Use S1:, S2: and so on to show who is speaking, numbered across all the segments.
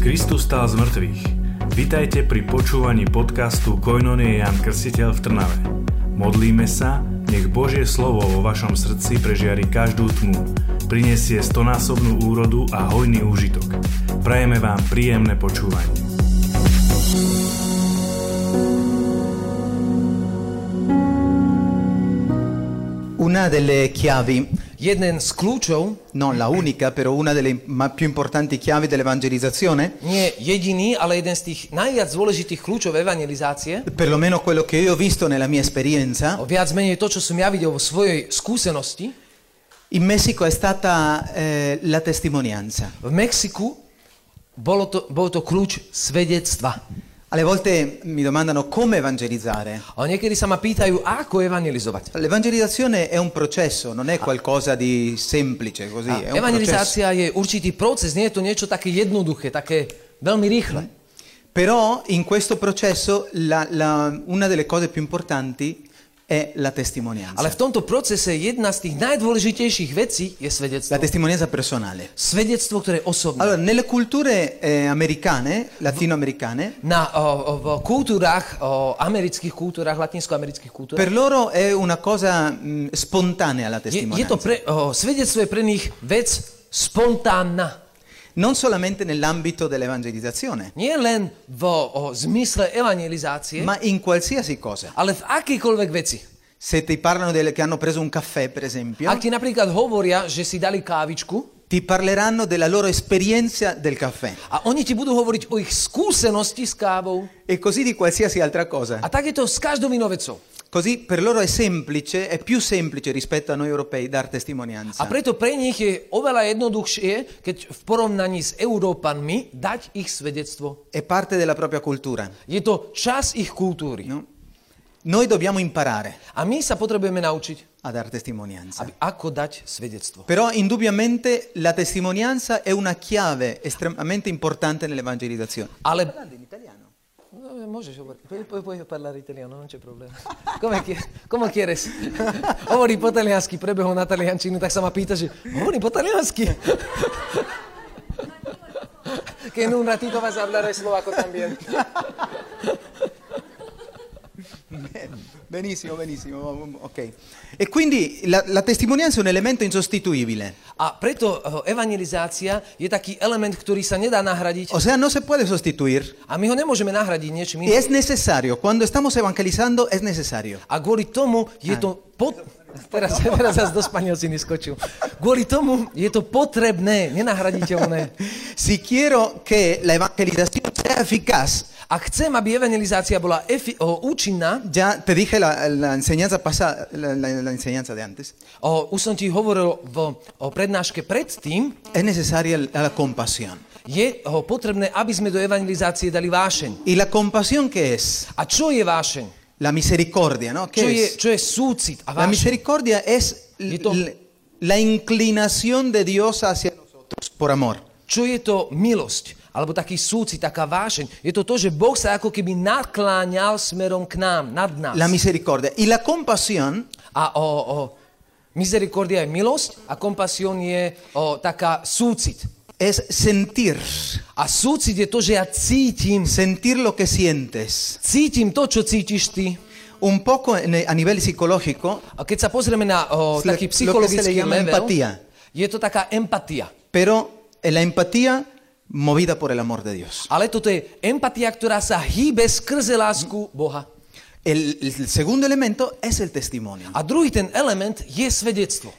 S1: Kristus stál z mŕtvych. Vitajte pri počúvaní podcastu Koinonie Jan Krstiteľ v Trnave. Modlíme sa, nech Božie slovo vo vašom srdci prežiari každú tmu, prinesie stonásobnú úrodu a hojný úžitok. Prajeme vám príjemné počúvanie.
S2: Una delle chiavi,
S3: Jeden z kľúčov,
S2: non la unica, però una delle ma- più importanti chiavi dell'evangelizzazione,
S3: nie jediný, ale jeden z tých najviac dôležitých kľúčov evangelizácie,
S2: perlomeno quello che io ho visto nella mia esperienza,
S3: viac menej to, čo som ja videl vo svojej skúsenosti,
S2: in Messico è stata eh, la testimonianza.
S3: v Mexiku bolo to, bol to kľúč svedectva.
S2: Alle volte mi domandano come evangelizzare.
S3: A niekedy sa ma pýtajú, ako evangelizovať.
S2: L'evangelizzazione è un processo, non è qualcosa di semplice così, è un processo.
S3: evangelizácia je určitý proces, nie je to niečo také jednoduché, také veľmi rýchle.
S2: Però in questo processo la- la- una delle cose più importanti è la testimonianza,
S3: Ale v tomto procese jedna z tých najdôležitejších vecí
S2: la
S3: je svedectvo.
S2: testimonianza personale.
S3: Svedectvo, ktoré je osobné.
S2: Allora, nelle culture eh, americane, latinoamericane,
S3: Na, o, o, v kultúrach, o, amerických kultúrach, latinskoamerických kultúrach,
S2: per loro è una cosa mh, spontanea la
S3: Je, je to
S2: testimonianza.
S3: pre, o, svedectvo je pre nich vec spontánna.
S2: Non solamente nell'ambito dell'evangelizzazione,
S3: Nie len v o, zmysle evangelizácie,
S2: ma in qualsiasi cosa.
S3: ale v akejkoľvek veci.
S2: Se ti parlano delle che hanno preso un caffè, per esempio,
S3: Ak ti napríklad hovoria, že si dali kávičku
S2: ti parleranno della loro esperienza del caffè
S3: a oni ti budú hovoriť o ich skúsenosti s kávou
S2: e così di qualsiasi altra cosa.
S3: a tak je to s každou inou vecou.
S2: Così per loro è semplice, è più semplice rispetto a noi europei dar
S3: A
S2: testimonianza.
S3: preto pre nich je oveľa jednoduchšie, keď v porovnaní s Európanmi dať ich svedectvo.
S2: È parte della propria cultura.
S3: Je to čas ich kultúry.
S2: no? Noi dobbiamo imparare
S3: A my sa potrebujeme naučiť,
S2: a dar testimonianza.
S3: aby, ako dať svedectvo.
S2: Però indubbiamente la testimonianza è una chiave estremamente importante nell'evangelizzazione.
S3: Ale No, môžeš hovoriť. Puoi, puoi, puoi parlare italiano, no, non c'è problema. Come, chi- come quieres? Hovorí po taliansky, prebehol na taliančinu, tak sa ma pýta, že hovorím po taliansky. Que en un ratito vas a hablar eslovaco también.
S2: Benissimo, benissimo, ok. E quindi la, la testimonianza è un elemento insostituibile.
S3: A preto eh, evangelizácia je taký element, ktorý sa nedá nahradiť.
S2: O sea, no se puede sustituir.
S3: A my ho nemôžeme nahradiť niečím
S2: Y
S3: iným.
S2: es necesario, cuando estamos evangelizando es necesario.
S3: A kvôli tomu je to... Pot... Teraz, teraz zase do španielčiny skočil. Kvôli tomu je to potrebné, nenahraditeľné.
S2: Si quiero que la evangelización sea eficaz,
S3: Ak chcem, aby evangelizácia bola efi- o, účinná,
S2: ya te dije la, la enseñanza pasada, la- la- la enseñanza de antes,
S3: o, už som ti hovoril v o prednáške predtým,
S2: es necesaria la- la compasión.
S3: je o, potrebné, aby sme do evangelizácie dali vášeň.
S2: ¿Y la compasión qué es?
S3: A čo je vášeň?
S2: La misericordia, ¿no? ¿Qué
S3: Čo je,
S2: es?
S3: čo je súcit a
S2: La
S3: vášeň?
S2: misericordia es l-
S3: Y todo.
S2: l- la inclinación de Dios hacia nosotros por amor.
S3: Čo je to milosť? Alebo taký súcit, taká vášeň? Je to to, že Boh sa ako keby nakláňal smerom k nám, nad nás.
S2: La misericordia. Y la compasión
S3: A o, o, misericordia je milosť a kompasión je o, taká súcit.
S2: es sentir,
S3: A súcit je to, že ja cítim.
S2: sentir lo que sientes.
S3: Cítim to, čo cítiš ty.
S2: Un poco en- a nivel psicológico,
S3: A keď sa pozrieme na o,
S2: Sle- lo que se le
S3: taký psychologický
S2: llama
S3: level,
S2: empatía.
S3: je to taká empatia.
S2: pero en la empatía movida por el amor de Dios.
S3: Ale toto je empatia, ktorá sa hýbe skrze lásku Boha.
S2: El, el segundo elemento es el testimonio.
S3: A druhý ten element je svedectvo.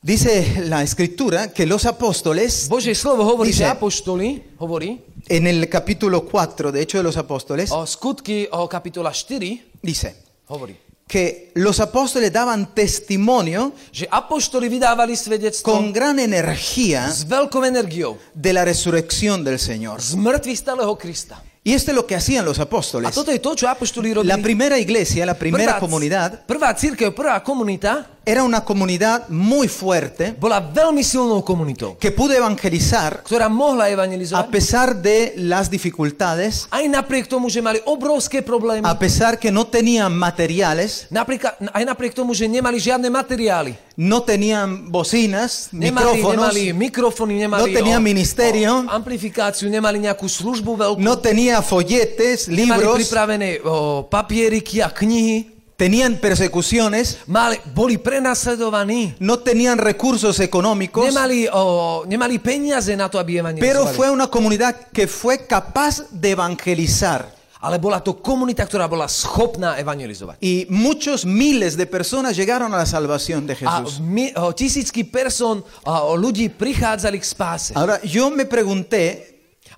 S2: Dice la escritura que los apóstoles,
S3: Božie slovo hovorí, že
S2: Dice-
S3: apoštoli, hovorí,
S2: en el capítulo 4 de Hecho de los Apóstoles,
S3: o skutky o kapitola 4,
S2: dice,
S3: hovorí,
S2: que los apóstoles daban testimonio
S3: že apoštoli vydávali
S2: con
S3: svedectvo
S2: gran energía
S3: s veľkou energiou
S2: de la resurrección del Señor.
S3: z mŕtvych stáleho Krista.
S2: Y esto es lo que hacían los
S3: A
S2: apóstoles.
S3: toto je to, čo apoštoli
S2: La
S3: robili.
S2: primera iglesia, la primera comunidad,
S3: prvá církev, prvá komunita
S2: Era una comunidad muy fuerte
S3: bola veľmi silnou komunitou,
S2: que pudo evangelizar
S3: ktorá mohla
S2: a
S3: evangelizovať.
S2: pesar de las dificultades,
S3: Aj napriek tomu, že mali obrovské problémy.
S2: a pesar que no tenían materiales,
S3: Napríklad, aj napriek tomu, že nemali žiadne materiáli.
S2: no tenían bocinas,
S3: Nemali,
S2: micrófonos,
S3: nemali mikrofóny, nemali
S2: No tenía ministerio.
S3: o amplifikáciu, nemali nejakú službu veľkú.
S2: no tenía folletes,
S3: Nemali
S2: libros,
S3: pripravené o, papieriky a knihy.
S2: tenían persecuciones,
S3: Mali, boli prenasledovaní.
S2: no tenían recursos económicos,
S3: Nemali, o, nemali peniaze na to, aby
S2: pero fue
S3: evangelizovali.
S2: una comunidad que fue capaz de evangelizar.
S3: Ale bola to komunita, ktorá bola schopná evangelizovať.
S2: Y muchos miles de personas llegaron a la salvación de
S3: A
S2: Jesús.
S3: mi, o, tisícky person o, ľudí prichádzali k spáse.
S2: Ahora, yo me pregunté,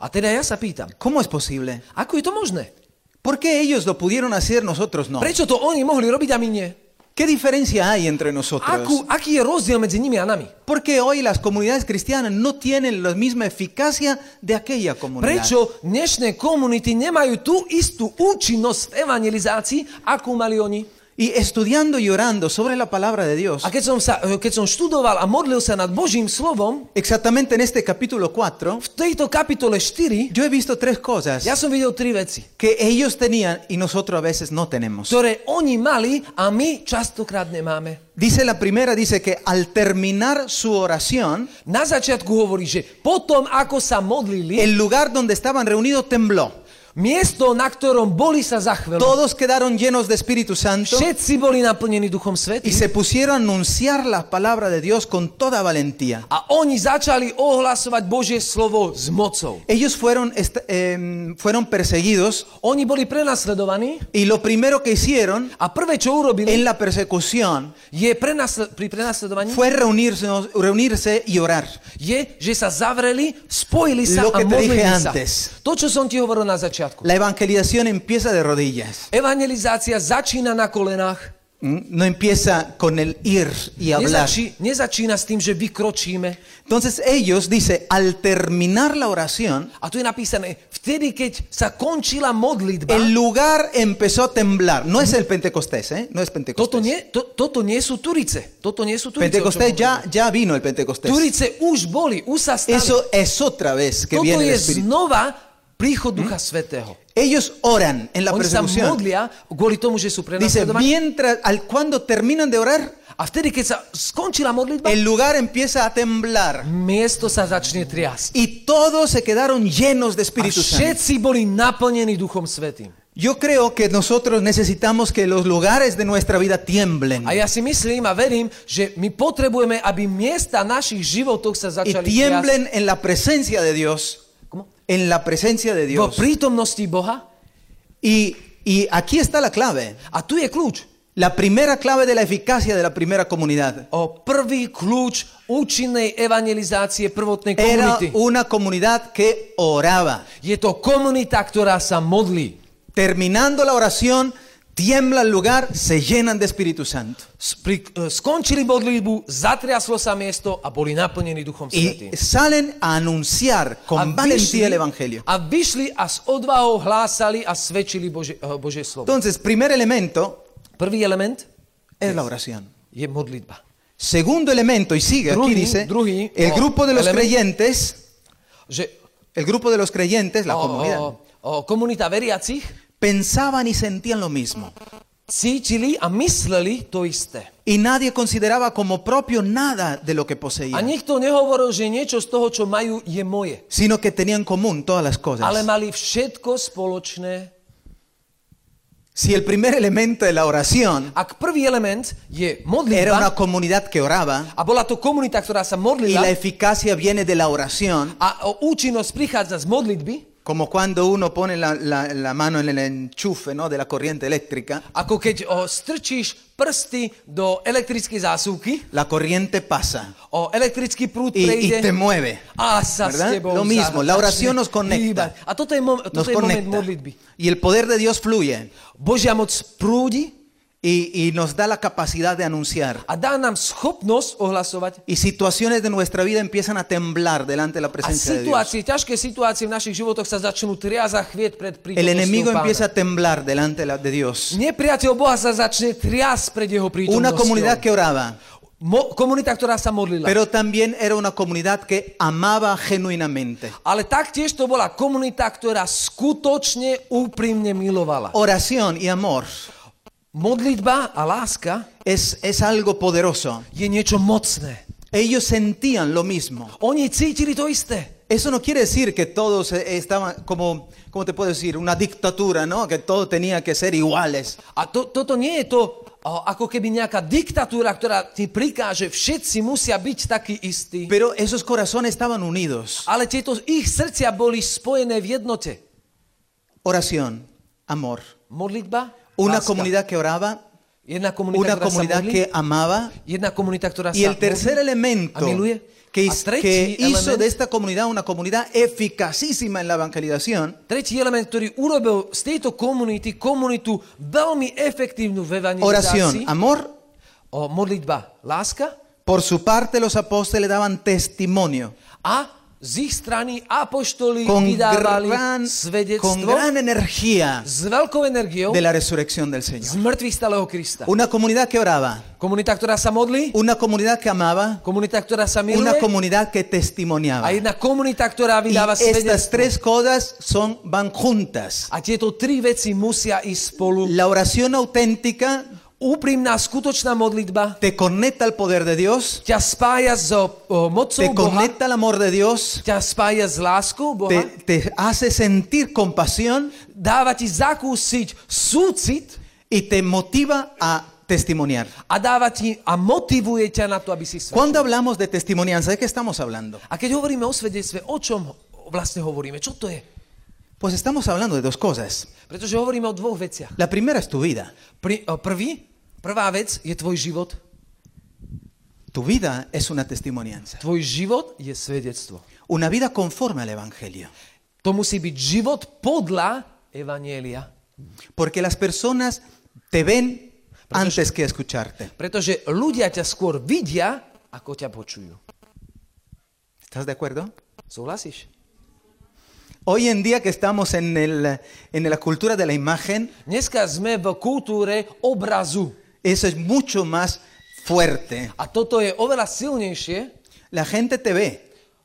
S3: A teda ja sa pýtam,
S2: ¿cómo es posible?
S3: ako je to možné?
S2: ¿Por qué ellos lo pudieron hacer, nosotros no?
S3: Prečo to oni mohli robiť a my nie?
S2: ¿Qué diferencia hay entre nosotros?
S3: Akú, aký je rozdiel medzi nimi a nami?
S2: Porque hoy las comunidades cristianas no tienen la misma eficacia de aquella comunidad.
S3: Prečo dnešné komunity nemajú tú istú účinnosť v evangelizácii, akú mali oni?
S2: Y estudiando y orando sobre la palabra de Dios,
S3: A keď som, sa, e, keď som študoval a modlil sa nad Božím slovom,
S2: exactamente en este capítulo 4,
S3: v tejto kapitole 4,
S2: yo he visto tres cosas
S3: ja som videl tri veci,
S2: que ellos tenían y nosotros a veces no tenemos.
S3: ktoré oni mali a my častokrát nemáme.
S2: Dice la primera, dice que al terminar su oración,
S3: Na začiatku hovorí, že potom ako sa modlili,
S2: el lugar donde estaban reunidos tembló.
S3: miesto, na ktorom boli, sa zachvelo.
S2: Todos quedaron llenos de Espíritu Santo
S3: Všetci boli naplnení
S2: y
S3: Duchom Svetým.
S2: se pusieron a anunciar la palabra de Dios con toda valentía.
S3: A oni začali ohlasovať Božie slovo s mocou.
S2: Ellos fueron, est- em, fueron perseguidos
S3: Oni boli prenasledovaní
S2: y lo primero que hicieron
S3: a prvé, čo urobili,
S2: en la persecución
S3: je prenasle- pri prenasledovaní,
S2: fue reunirse, reunirse y orar.
S3: je, že sa zavreli, spojili sa
S2: Lo
S3: a
S2: que te
S3: modlili
S2: dije
S3: sa.
S2: antes.
S3: To, čo som ti hovoril na začiatku.
S2: La evangelización empieza de rodillas.
S3: Evangelizácia začína na kolenách.
S2: ¿Mm? No empieza con el ir y hablar.
S3: Nezačí, nezačína s tým, že vykročíme.
S2: Entonces ellos, dice, al terminar la oración,
S3: A tu je napísané, vtedy, keď sa končila modlitba,
S2: el lugar empezó a temblar. No es el Pentecostés, ¿eh? No es
S3: toto,
S2: Pentecostés.
S3: nie, to, toto nie sú Turice. Toto nie sú Turice. o čom
S2: Pentecostés ya,
S3: hovorím.
S2: ya vino el Pentecostés.
S3: Turice už boli, už sa stali.
S2: Eso es otra vez que
S3: toto
S2: viene el
S3: je
S2: Espíritu.
S3: znova príchod
S2: Hm?
S3: Ducha Svetého.
S2: Ellos oran en la
S3: Oni sa
S2: persecución.
S3: modlia kvôli tomu, že sú
S2: Dice,
S3: prenasledovaní.
S2: mientras, al, cuando terminan de orar,
S3: A vtedy, keď sa skončila modlitba,
S2: el lugar empieza a temblar.
S3: miesto sa začne triasť.
S2: Y todos se quedaron llenos de
S3: A
S2: Espíritu Santo.
S3: všetci boli naplnení Duchom Svetým.
S2: Yo creo que nosotros necesitamos que los lugares de nuestra vida tiemblen.
S3: A ja si myslím a verím, že my potrebujeme, aby miesta našich životov
S2: Y
S3: sa začali triasť.
S2: tiemblen en la presencia de Dios.
S3: Como?
S2: En la presencia de
S3: v
S2: Dios.
S3: prítomnosti Boha.
S2: Y, y aquí está la clave.
S3: A tu je kľúč.
S2: La primera clave de la eficacia de la primera comunidad.
S3: O prvý kľúč účinnej evangelizácie prvotnej
S2: Era
S3: komunity.
S2: una comunidad que oraba.
S3: Je to komunita, ktorá sa modlí.
S2: Terminando la oración, tiembla el lugar, se llenan de Espíritu Santo.
S3: S- pri- e, Skončili modlitbu, zatriaslo sa miesto a boli naplnení Duchom Svetým.
S2: Y salen a anunciar con valentía el Evangelio.
S3: a vyšli a s odvahou hlásali a svedčili Bože, eh, Božie slovo.
S2: Entonces, primer elemento
S3: Prvý element
S2: es la oración.
S3: je modlitba.
S2: Segundo elemento, y sigue, aquí
S3: Drugi-
S2: dice,
S3: drugi,
S2: el
S3: o,
S2: grupo de los
S3: elemento.
S2: creyentes,
S3: Že
S2: el grupo de los creyentes, la
S3: o,
S2: comunidad,
S3: o, o, komunita veriacich
S2: pensaban y sentían lo mismo.
S3: cítili a mysleli to isté.
S2: Y nadie consideraba como propio nada de lo que
S3: A
S2: poseían,
S3: nikto nehovoril, že niečo z toho, čo majú, je moje.
S2: sino que tenían en común todas las cosas.
S3: Ale mali všetko spoločné.
S2: Si el primer elemento de la oración
S3: Ak prvý element je
S2: era una
S3: modlitba
S2: comunidad que oraba,
S3: a bola to komunita, ktorá sa
S2: y la
S3: modlila
S2: eficacia viene de la oración,
S3: a o, účinnosť prichádza z modlitby,
S2: como cuando uno pone la, la- la mano en el enchufe ¿no? de la corriente eléctrica,
S3: Ako keď o, strčíš prsty do elektrickej zásuvky,
S2: la corriente pasa
S3: o, elektrický prúd
S2: y, y
S3: prejde
S2: te mueve.
S3: a sa
S2: ¿verdad?
S3: s tebou
S2: Lo mismo,
S3: za-
S2: la oración nos
S3: začne
S2: conecta.
S3: hýbať. A toto je, mom, toto
S2: Nos
S3: je moment
S2: conecta.
S3: modlitby.
S2: Y el poder de Dios fluye.
S3: Božia moc prúdi
S2: y, y nos da la capacidad de anunciar.
S3: a dá nám schopnosť ohlasovať
S2: Y situaciones de nuestra vida empiezan a temblar delante de la
S3: a
S2: presencia de Dios.
S3: situácie, ťažké situácie v našich životoch sa začnú triasť a chvieť pred
S2: El
S3: prítomnosťou
S2: enemigo empieza
S3: pána.
S2: a temblar delante de la- de Dios.
S3: Nepriateľ Boha sa začne triasť pred jeho
S2: Una comunidad
S3: prítomnosťou.
S2: que oraba,
S3: Mo- komunita, ktorá sa modlila.
S2: pero también era una comunidad que amaba genuinamente.
S3: Ale taktiež to bola komunita, ktorá skutočne úprimne milovala.
S2: Oración y amor
S3: Modlitba a láska
S2: es, es algo poderoso.
S3: je niečo mocné.
S2: Ellos sentían lo mismo.
S3: Oni cítili to isté.
S2: Eso no quiere decir que todos eh, estaban como, ¿cómo te puedo decir? Una dictadura, ¿no? Que todo tenía que ser iguales.
S3: A to, toto nie je to o, ako keby nejaká diktatúra, ktorá ti prikáže, všetci musia byť takí istí.
S2: Pero esos corazones estaban unidos.
S3: Ale tieto ich srdcia boli spojené v jednote.
S2: Oración, amor.
S3: Modlitba,
S2: Una
S3: láska.
S2: comunidad que oraba,
S3: Jedna komunita,
S2: una
S3: ktorá sa
S2: comunidad
S3: modlí,
S2: que amaba.
S3: jedna komunita, ktorá
S2: Y
S3: sa
S2: el tercer
S3: modlí a
S2: elemento
S3: miluje.
S2: que,
S3: a
S2: his- que
S3: tretí
S2: hizo
S3: element,
S2: de esta comunidad una comunidad eficacísima en la evangelización
S3: Tretí element, ktorý urobil z tejto komunity komunitu veľmi efektívnu v
S2: Oración,
S3: evangelizácii,
S2: amor.
S3: o modlitba, láska
S2: Por su parte, los apóstoles daban testimonio
S3: a z ich strany apoštoli
S2: con
S3: vydávali
S2: gran,
S3: svedectvo
S2: con gran energía
S3: s veľkou energiou
S2: de la resurrección del
S3: z
S2: Señor.
S3: mŕtvych stáleho Krista.
S2: Una comunidad que oraba,
S3: Komunita, ktorá sa modlí,
S2: una comunidad que amaba,
S3: komunita, ktorá sa
S2: una
S3: miluje
S2: comunidad que
S3: a
S2: testimoniaba. Y
S3: jedna komunita, ktorá vydáva
S2: estas
S3: svedectvo.
S2: tres cosas son, van juntas.
S3: A tieto tri veci musia ísť spolu.
S2: La oración auténtica
S3: Úprimná, skutočná modlitba
S2: te conecta al poder de Dios,
S3: ťa spája s o, o, mocou
S2: te
S3: Boha,
S2: conecta al amor de Dios,
S3: ťa spája s láskou Boha,
S2: te, te hace sentir compasión
S3: dáva ti zakúsiť súcit
S2: y te motiva a testimoniar.
S3: a dáva ti a motivuje ťa na to, aby si svedčil.
S2: Cuando hablamos de testimonianza, ¿de qué estamos hablando?
S3: A keď hovoríme o svedectve, o čom vlastne hovoríme? Čo to je?
S2: Pues estamos hablando de dos cosas.
S3: Pretože hovoríme o dvoch veciach.
S2: La primera es tu vida.
S3: Pri, o, prvý, prvá vec je tvoj život.
S2: Tu vida es una testimonianza.
S3: Tvoj život je svedectvo.
S2: Una vida conforme al Evangelio.
S3: To musí byť život podľa Evanielia.
S2: Porque las personas te ven antes que escucharte.
S3: Pretože ľudia ťa skôr vidia, ako ťa počujú.
S2: ¿Estás de acuerdo?
S3: Súhlasíš?
S2: Hoy en día que estamos en, el- en la cultura de la imagen,
S3: Dneska sme v kultúre obrazu.
S2: eso es mucho más fuerte.
S3: A toto je oveľa silnejšie.
S2: La gente te ve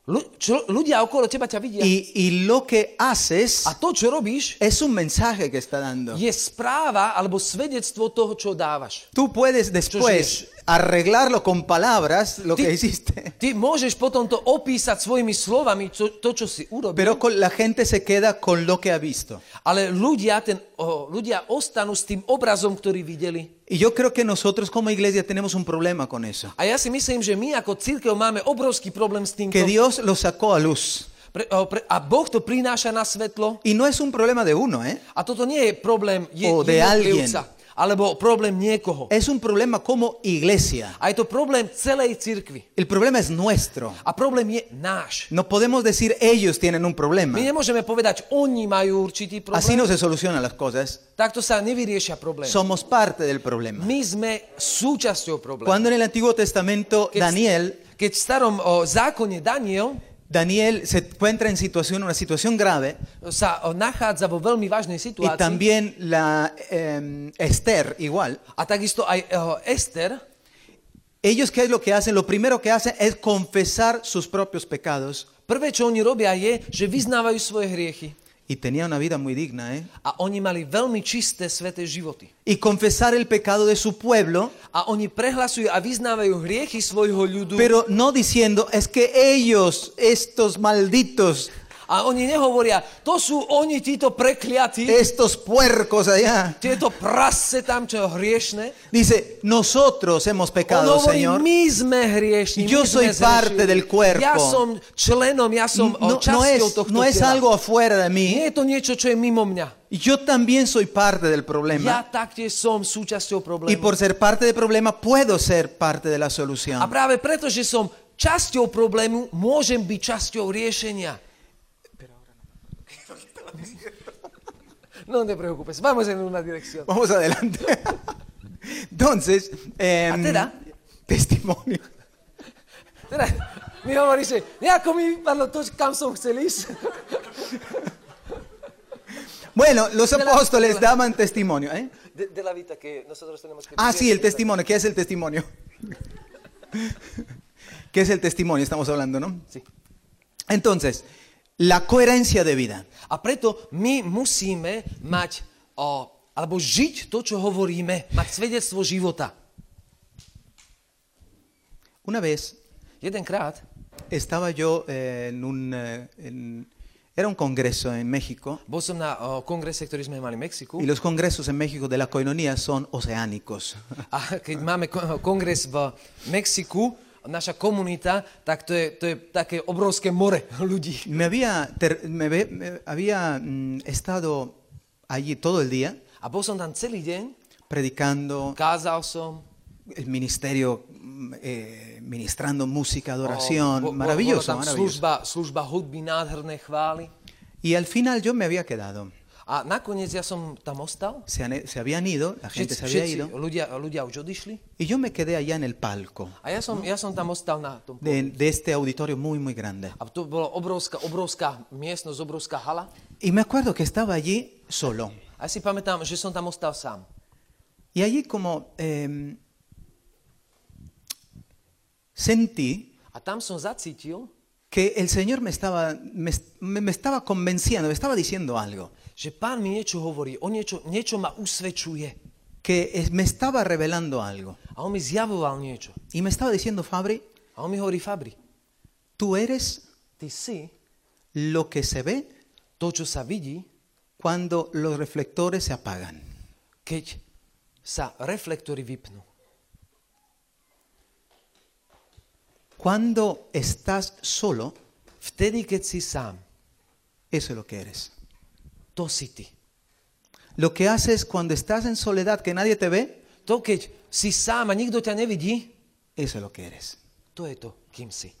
S3: Lu- čo, ľudia okolo teba ťa vidia.
S2: y, y lo que haces
S3: A to, čo robíš,
S2: es un mensaje que está dando.
S3: je správa alebo svedectvo toho, čo dávaš.
S2: Tú puedes después arreglarlo con palabras lo que hiciste,
S3: Ty môžeš potom to opísať svojimi slovami, to, to čo si urobil,
S2: pero con, la gente se queda con lo que ha visto.
S3: ale ľudia, ten, o, ľudia ostanú s tým obrazom, ktorý videli.
S2: Y yo creo que nosotros como iglesia tenemos un problema con eso.
S3: A ja si myslím, že my ako církev máme obrovský problém s týmto.
S2: Que Dios lo sacó a luz.
S3: Pre, o, pre, a Boh to prináša na svetlo.
S2: Y no es un problema de uno, ¿eh?
S3: A toto nie je problém je,
S2: O, de
S3: jednotlivca, alebo problém niekoho.
S2: Es un problema como iglesia.
S3: A je to problém celej cirkvi.
S2: El problema es nuestro.
S3: A problém je náš.
S2: No podemos decir ellos tienen un problema.
S3: My nemôžeme povedať, oni majú určitý
S2: Así
S3: problém.
S2: no se solucionan las cosas.
S3: Takto sa nevyriešia problém.
S2: Somos parte del problema.
S3: My sme súčasťou problému.
S2: Cuando en el Antiguo Testamento
S3: Keď,
S2: Daniel,
S3: keď v starom o, zákone Daniel
S2: Daniel se encuentra en situación, una situación grave
S3: sa o, nachádza vo veľmi
S2: y
S3: vážnej situácii
S2: también la eh, Esther igual.
S3: a takisto aj o, Ester,
S2: Ellos qué es lo que hacen? Lo primero que hacen es confesar sus propios pecados
S3: prvé, čo oni robia je, že vyznávajú svoje hriechy.
S2: y tenía una vida muy digna, ¿eh?
S3: A oni mali veľmi čisté, sveté životy.
S2: Y confesar el pecado de su pueblo,
S3: A oni prehlasujú a vyznávajú hriechy svojho ľudu.
S2: pero no diciendo es que ellos, estos malditos,
S3: A oni nehovoria, to sú oni títo prekliatí,
S2: estos puercos allá,
S3: tieto prasce tam, čo hriešne.
S2: Dice, nosotros hemos
S3: On
S2: pecado,
S3: hovorí,
S2: Señor.
S3: my sme hriešni, my
S2: Yo soy
S3: sme
S2: parte
S3: zhrešili.
S2: del cuerpo.
S3: Ja som členom, ja som o,
S2: No, no
S3: časťou
S2: es,
S3: tohto
S2: no es
S3: tela.
S2: algo afuera de mí.
S3: Nie je to niečo, čo je mimo mňa.
S2: Yo también soy parte del
S3: Ja
S2: problema.
S3: taktiež som
S2: Y
S3: súčasťou problému.
S2: por ser parte del problema, puedo ser parte de la
S3: A
S2: solución.
S3: práve preto, že som časťou problému, môžem byť časťou riešenia. No te preocupes, vamos en una dirección.
S2: Vamos adelante. Entonces, ehm,
S3: A te da?
S2: testimonio.
S3: Teraz Teda, mi hovoríš, že nejako mi vypadlo to, kam som chcel ísť.
S2: Bueno, los
S3: De la-
S2: apóstoles daban testimonio. ¿eh?
S3: De, de la vida que no nosotros tenemos que
S2: Ah,
S3: vivir.
S2: sí, el testimonio. ¿Qué es el testimonio? ¿Qué es el testimonio? Estamos hablando, ¿no?
S3: Sí.
S2: Entonces, la coherencia de vida.
S3: A preto my musíme mať, o, alebo žiť to, čo hovoríme, mať svedectvo života.
S2: Una vez
S3: Jedenkrát
S2: estaba yo eh, en un... eh, en- era un congreso en México.
S3: bol som na o, kongrese, ktorý sme mali v Mexiku
S2: Y los congresos en México de la coinonía son oceánicos.
S3: a keď máme ko- kongres v Mexiku, naša komunita, tak to je, to je také obrovské more ľudí.
S2: Me había, ter- me ve- me había mm, estado allí todo el día
S3: A bol som tam celý deň,
S2: predicando
S3: kázal som,
S2: el ministerio, mm, eh, ministrando música,
S3: O, bo-
S2: adoración,
S3: bo-
S2: maravilloso,
S3: bola tam
S2: maravilloso.
S3: služba, služba hudby, nádherné chvály.
S2: Y al final yo me había quedado.
S3: A nakoniec ja som tam ostal.
S2: Se, han- se habían ido, la gente
S3: Všetci,
S2: se había
S3: všetci
S2: ido,
S3: ľudia, ľudia už odišli.
S2: y yo me quedé allá en el palco
S3: A ja som, ja som tam ostal na tom.
S2: de, de este auditorio muy, muy grande.
S3: A to bola obrovská, obrovská miestnosť, obrovská hala.
S2: Y me acuerdo que estaba allí solo.
S3: A ja si pamätám, že som tam ostal sám.
S2: Y allí como eh, sentí
S3: A tam som zacítil,
S2: que el Señor me estaba, me, me estaba convenciendo, me estaba diciendo algo,
S3: že pán mi niečo hovorí, on niečo, niečo ma usvedčuje.
S2: que es- me estaba revelando algo.
S3: A on mi zjavoval niečo.
S2: Y me estaba diciendo, Fabri,
S3: A on mi hovorí, Fabri,
S2: tú eres
S3: ty si
S2: lo que se ve
S3: to, čo sa vidí,
S2: cuando los reflectores se apagan.
S3: keď sa reflektory vypnú.
S2: Cuando estás solo,
S3: Vtedy, keď si sám,
S2: eso es lo que eres.
S3: to si ty.
S2: Lo que haces cuando estás en soledad, que nadie te ve,
S3: To, keď si sám a nikto ťa nevidí,
S2: eso es lo que eres.
S3: to je to, kým si.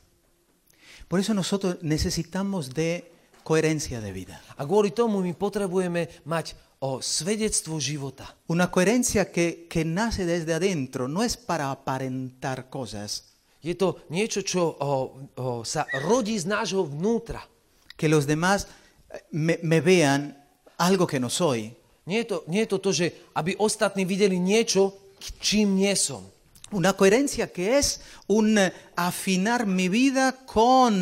S2: Por eso nosotros necesitamos de coherencia de vida.
S3: A kvôli tomu my potrebujeme mať o svedectvo života.
S2: Una coherencia que, que nace desde adentro, no es para aparentar cosas
S3: Je to niečo, čo o, o, sa rodí z nášho vnútra.
S2: que los demás eh, me, me vean algo que no soy.
S3: Nie je, to, nie je to to, že aby ostatní videli niečo, k- čím nie som.
S2: Una coherencia que es un eh, afinar mi vida con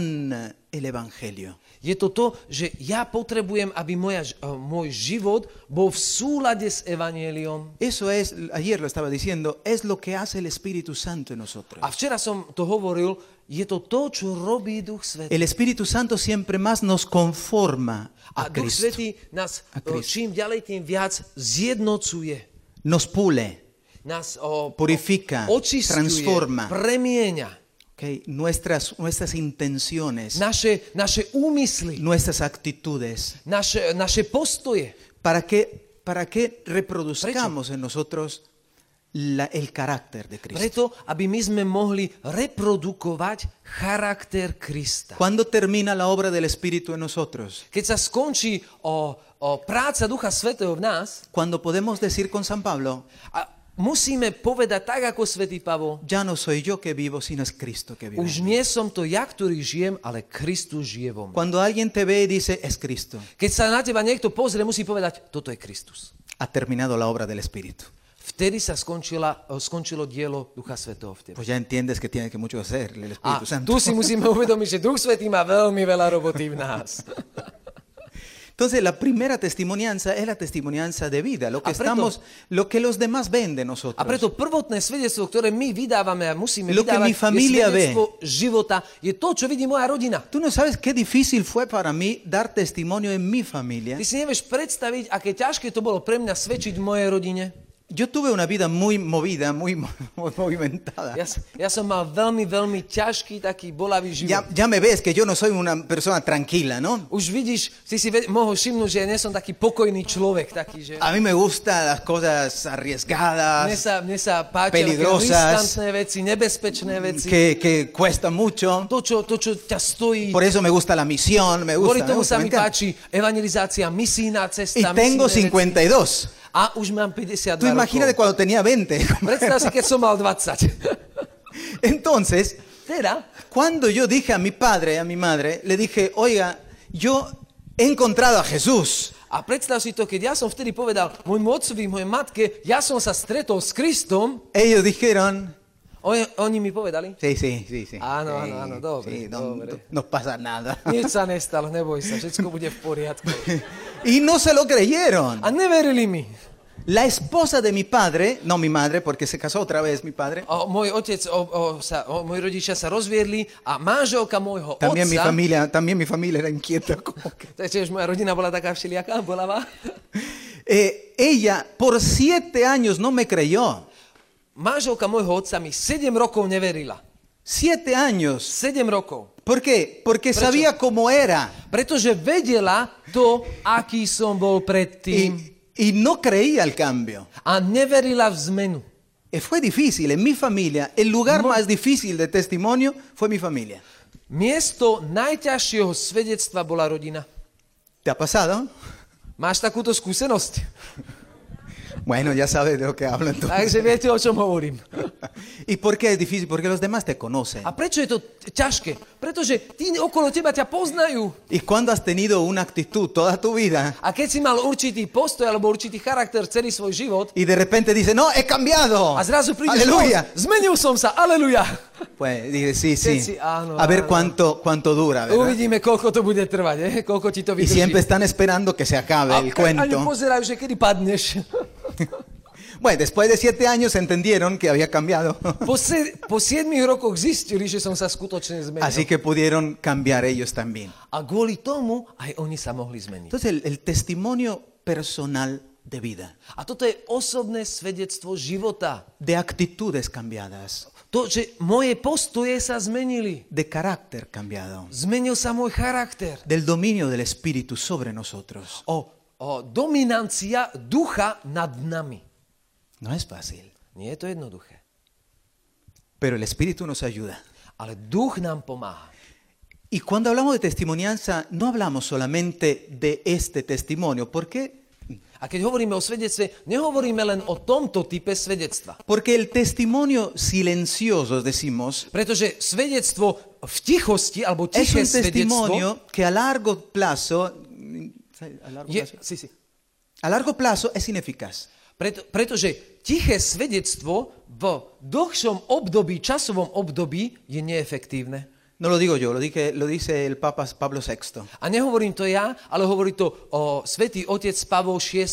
S2: el Evangelio.
S3: Je to to, že ja potrebujem, aby moja, ž- o, môj život bol v súlade s evanieliom.
S2: Eso es, ayer lo estaba diciendo, es lo que hace el Espíritu Santo en nosotros.
S3: A včera som to hovoril, je to to, čo robí Duch Svetý.
S2: El Espíritu Santo siempre más nos conforma a
S3: A Duch
S2: Cristo,
S3: Svetý nás
S2: A
S3: o,
S2: Krist.
S3: čím ďalej, tým viac zjednocuje.
S2: nos pule,
S3: Nás o,
S2: Purifica,
S3: o, očistuje,
S2: transforma.
S3: premieňa
S2: ¿ok? nuestras, nuestras intenciones,
S3: naše, naše úmysly,
S2: nuestras actitudes,
S3: naše, naše postoje.
S2: para que, para que reproduzcamos en nosotros la- el carácter de Cristo.
S3: Preto, aby my sme mohli reprodukovať charakter Krista.
S2: ¿Cuándo termina la obra del Espíritu en nosotros?
S3: Keď sa skončí o, o práca Ducha Svetého v nás,
S2: Cuando podemos decir con San Pablo,
S3: a musíme povedať tak, ako Svetý Pavol,
S2: ya no soy yo que vivo, sino es Cristo que vive. en
S3: už
S2: mí".
S3: nie som to ja, ktorý žijem, ale Kristus žije vo mne.
S2: Cuando alguien te ve y dice, es Cristo,
S3: Keď sa na teba niekto pozrie, musí povedať, toto je Kristus.
S2: ha terminado la obra del Espíritu.
S3: Vtedy sa skončila, o, skončilo dielo Ducha Svetého v tebe.
S2: Pues ya entiendes que tiene que mucho hacer el
S3: A
S2: Espíritu Santo.
S3: tu si musíme uvedomiť, že Duch Svetý má veľmi veľa roboty v nás.
S2: Entonces la primera testimonianza es la testimonianza de vida, lo que
S3: Apreto-
S2: estamos, lo que los demás ven de
S3: A
S2: nosotros.
S3: preto prvotné svedectvo, ktoré my vydávame a musíme
S2: Lo que
S3: vydávať,
S2: mi familia
S3: je svedectvo života. Je to, čo vidí moja rodina.
S2: Tú no sabes qué difícil fue para mí dar testimonio en mi familia.
S3: Ty si nevieš predstaviť, aké ťažké to bolo pre mňa svedčiť mojej rodine.
S2: Yo tuve una vida muy movida, muy, mo- muy movimentada.
S3: Ja, s- ja som mal veľmi, veľmi ťažký taký bolavý život.
S2: Ya, ya me ves que yo no soy una persona tranquila, ¿no?
S3: Už vidíš, si si ve- mohol všimnúť, že ja nie som taký pokojný človek, taký, že
S2: A mí me gustan las cosas
S3: mne
S2: arriesgadas,
S3: sa, mne sa páčia také
S2: Peligrosas.
S3: riskantné veci, nebezpečné
S2: Mm,
S3: veci.
S2: que, que cuestan mucho.
S3: To čo, to, čo ťa stojí.
S2: Por eso me gusta la misión, me gusta.
S3: Kvôli
S2: me
S3: tomu
S2: gusta,
S3: sa
S2: ¿me
S3: mi
S2: entiendes?
S3: páči evangelizácia, misijná cesta,
S2: Y tengo
S3: misijné veci.
S2: 52.
S3: A A už mám 52
S2: Tú imagínate cuando
S3: rokov.
S2: tenía 20.
S3: Predstav si, keď som mal 20.
S2: Entonces,
S3: Teda,
S2: cuando yo dije a mi padre y a mi madre, le dije, oiga, yo he encontrado a Jesús.
S3: a predstav si to, keď ja som vtedy povedal môjmu otcovi, mojej matke, ja som sa stretol s Kristom,
S2: Ellos dijeron,
S3: oni, oni mi povedali,
S2: sí, sí, sí, sí.
S3: Ah, no,
S2: Sí,
S3: no, no, dobre,
S2: sí, no,
S3: dobre.
S2: no- no pasa nada.
S3: nič sa nestalo, neboj sa, všetko bude v poriadku.
S2: Y no se lo creyeron.
S3: A neverili mi.
S2: La esposa de mi padre, no mi madre, porque se casó otra vez mi padre,
S3: O, môj otec, o, o, sa, o, moji rodičia sa rozviedli a manželka môjho
S2: también mi
S3: otca,
S2: familia, también mi familia era inquieta. como que-
S3: takže už moja rodina bola taká všelijaká, bolavá.
S2: Eh, ella por siete años no me creyó.
S3: Manželka môjho otca mi 7 rokov neverila.
S2: Siete años.
S3: 7 rokov.
S2: ¿Por qué? Porque
S3: Pero
S2: sabía cómo era.
S3: Pretože vedela to, aký som bol predtým.
S2: Y, y no creía al cambio.
S3: A neverila v zmenu.
S2: Eh, Fue difícil. En mi familia, el lugar
S3: Mo-
S2: más difícil de testimonio fue mi familia.
S3: Miesto najťažšieho svedectva bola rodina.
S2: ¿Te ha pasado?
S3: Máš takúto skúsenosť?
S2: Bueno, ya sabes de lo que hablo entonces.
S3: Takže viete, o čom hovorím.
S2: ¿Y por qué es difícil? Porque los demás te conocen.
S3: A prečo je to t- ťažké? Pretože tí okolo teba ťa poznajú.
S2: ¿Y cuando has tenido una actitud toda tu vida
S3: A keď si mal určitý postoj alebo určitý charakter celý svoj život
S2: y de repente dices, no, he cambiado?
S3: a zrazu prídeš
S2: Aleluya.
S3: von, zmenil som sa, aleluja.
S2: Pues dices, sí,
S3: Sí,
S2: sí.
S3: sí, ah, no,
S2: A
S3: ah,
S2: ver
S3: no.
S2: cuánto, cuánto dura, ¿verdad?
S3: Uvidíme, koľko to bude trvať, eh? koľko ti to
S2: Y
S3: vydrží.
S2: siempre están esperando que se acabe
S3: a,
S2: el
S3: ani
S2: cuento.
S3: pozerajú, že kedy padneš.
S2: Bueno, después de siete años entendieron que había cambiado.
S3: Po, se, po 7 rokoch zistili, že som sa skutočne zmenil.
S2: Así que pudieron cambiar ellos también.
S3: A kvôli tomu aj oni sa mohli zmeniť.
S2: Entonces, el, el testimonio personal de vida,
S3: A toto je osobné svedectvo života.
S2: de actitudes cambiadas,
S3: To, že moje postoje sa zmenili.
S2: de carácter cambiado,
S3: Zmenil sa môj charakter.
S2: del dominio del Espíritu sobre nosotros.
S3: O, o dominancia ducha nad nami.
S2: No es fácil,
S3: Nie je to jednoduché.
S2: pero el Espíritu nos ayuda.
S3: Ale duch nám pomáha.
S2: Y cuando hablamos de testimonianza, no hablamos solamente de este testimonio. ¿Por qué?
S3: A keď hovoríme o svedectve, nehovoríme len o tomto type svedectva.
S2: Porque el testimonio silencioso, decimos,
S3: Pretože svedectvo v tichosti, alebo
S2: es
S3: tiché
S2: un
S3: svedectvo,
S2: testimonio que a largo plazo, a largo
S3: je,
S2: plazo,
S3: si, si.
S2: a largo plazo es ineficaz.
S3: Preto, pretože tiché svedectvo v dlhšom období, časovom období je neefektívne.
S2: No lo digo yo, lo, dije- lo dice el Papa Pablo VI.
S3: A nehovorím to ja, ale hovorí to o svätý otec Pavol VI.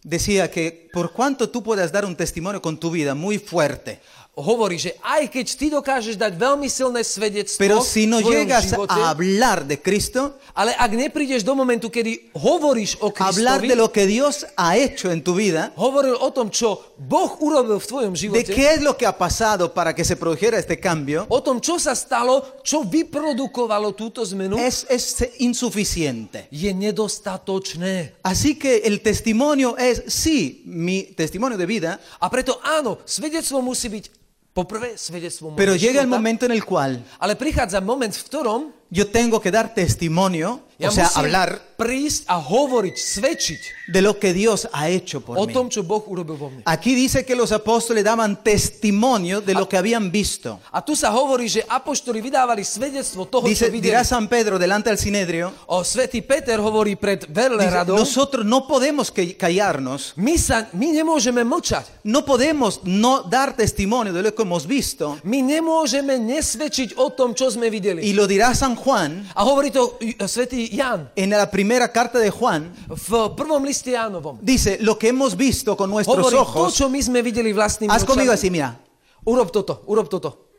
S2: Decía que por cuanto tú puedas dar un testimonio con tu vida muy fuerte,
S3: Hovorí, že aj keď ty dokážeš dať veľmi silné svedectvo
S2: pero si no
S3: v tvojom
S2: llegas
S3: živote,
S2: a hablar de Cristo,
S3: ale ak neprídeš do momentu, kedy hovoríš o
S2: hablar
S3: Kristovi,
S2: de lo que Dios ha hecho en tu vida,
S3: hovoril o tom, čo Boh urobil v tvojom
S2: de
S3: živote,
S2: qué es lo que ha pasado para que se produjera este cambio,
S3: o tom, čo sa stalo, čo vyprodukovalo túto zmenu,
S2: es, es insuficiente.
S3: je nedostatočné.
S2: Así que el testimonio es, sí, mi testimonio de vida,
S3: A preto áno, svedectvo musí byť, poprvé svedectvo môjho
S2: pero llega el
S3: života,
S2: momento en el cual
S3: ale prichádza moment, v ktorom
S2: yo tengo que dar testimonio, o sea,
S3: musím
S2: hablar
S3: prísť a hovoriť, svedčiť
S2: de lo que Dios ha hecho
S3: o
S2: por mí.
S3: tom, čo Boh urobil vo mne.
S2: Aquí dice que los apóstoles daban testimonio de lo que habían visto.
S3: A tu sa hovorí, že apoštoli vydávali svedectvo toho,
S2: Dice,
S3: čo videli.
S2: dirá San Pedro delante del Sinedrio,
S3: O, svätý Peter hovorí pred
S2: dice,
S3: veľradou,
S2: nosotros no podemos que- callarnos,
S3: my, sa, my nemôžeme mlčať.
S2: no podemos no dar testimonio de lo que hemos visto.
S3: My nemôžeme nesvedčiť o tom, čo sme videli.
S2: Y lo dirá San Juan
S3: A hovorí to e, svätý Jan
S2: en la primera carta de Juan.
S3: v prvom liste Jánovom.
S2: Dice, lo que hemos visto con nuestros
S3: Hovorí to,
S2: ojos,
S3: čo my sme videli vlastnými
S2: haz conmigo así,
S3: očami.
S2: mira,
S3: Urob toto, urob toto.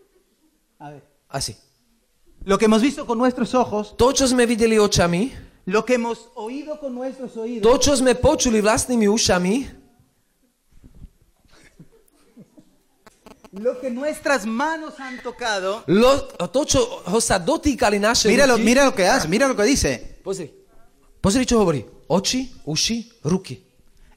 S3: Asi.
S2: lo que hemos visto con nuestros ojos,
S3: To, čo sme videli očami,
S2: lo que hemos oído con nuestros oídos,
S3: to, čo sme počuli vlastnými ušami,
S2: lo que nuestras manos han tocado.
S3: Lo, to, čo ho sa dotýkali naše
S2: Míralo,
S3: ruky.
S2: mira lo que hace, mira lo que dice.
S3: Pozri. Pozri, čo hovorí. Oči, uši, ruky.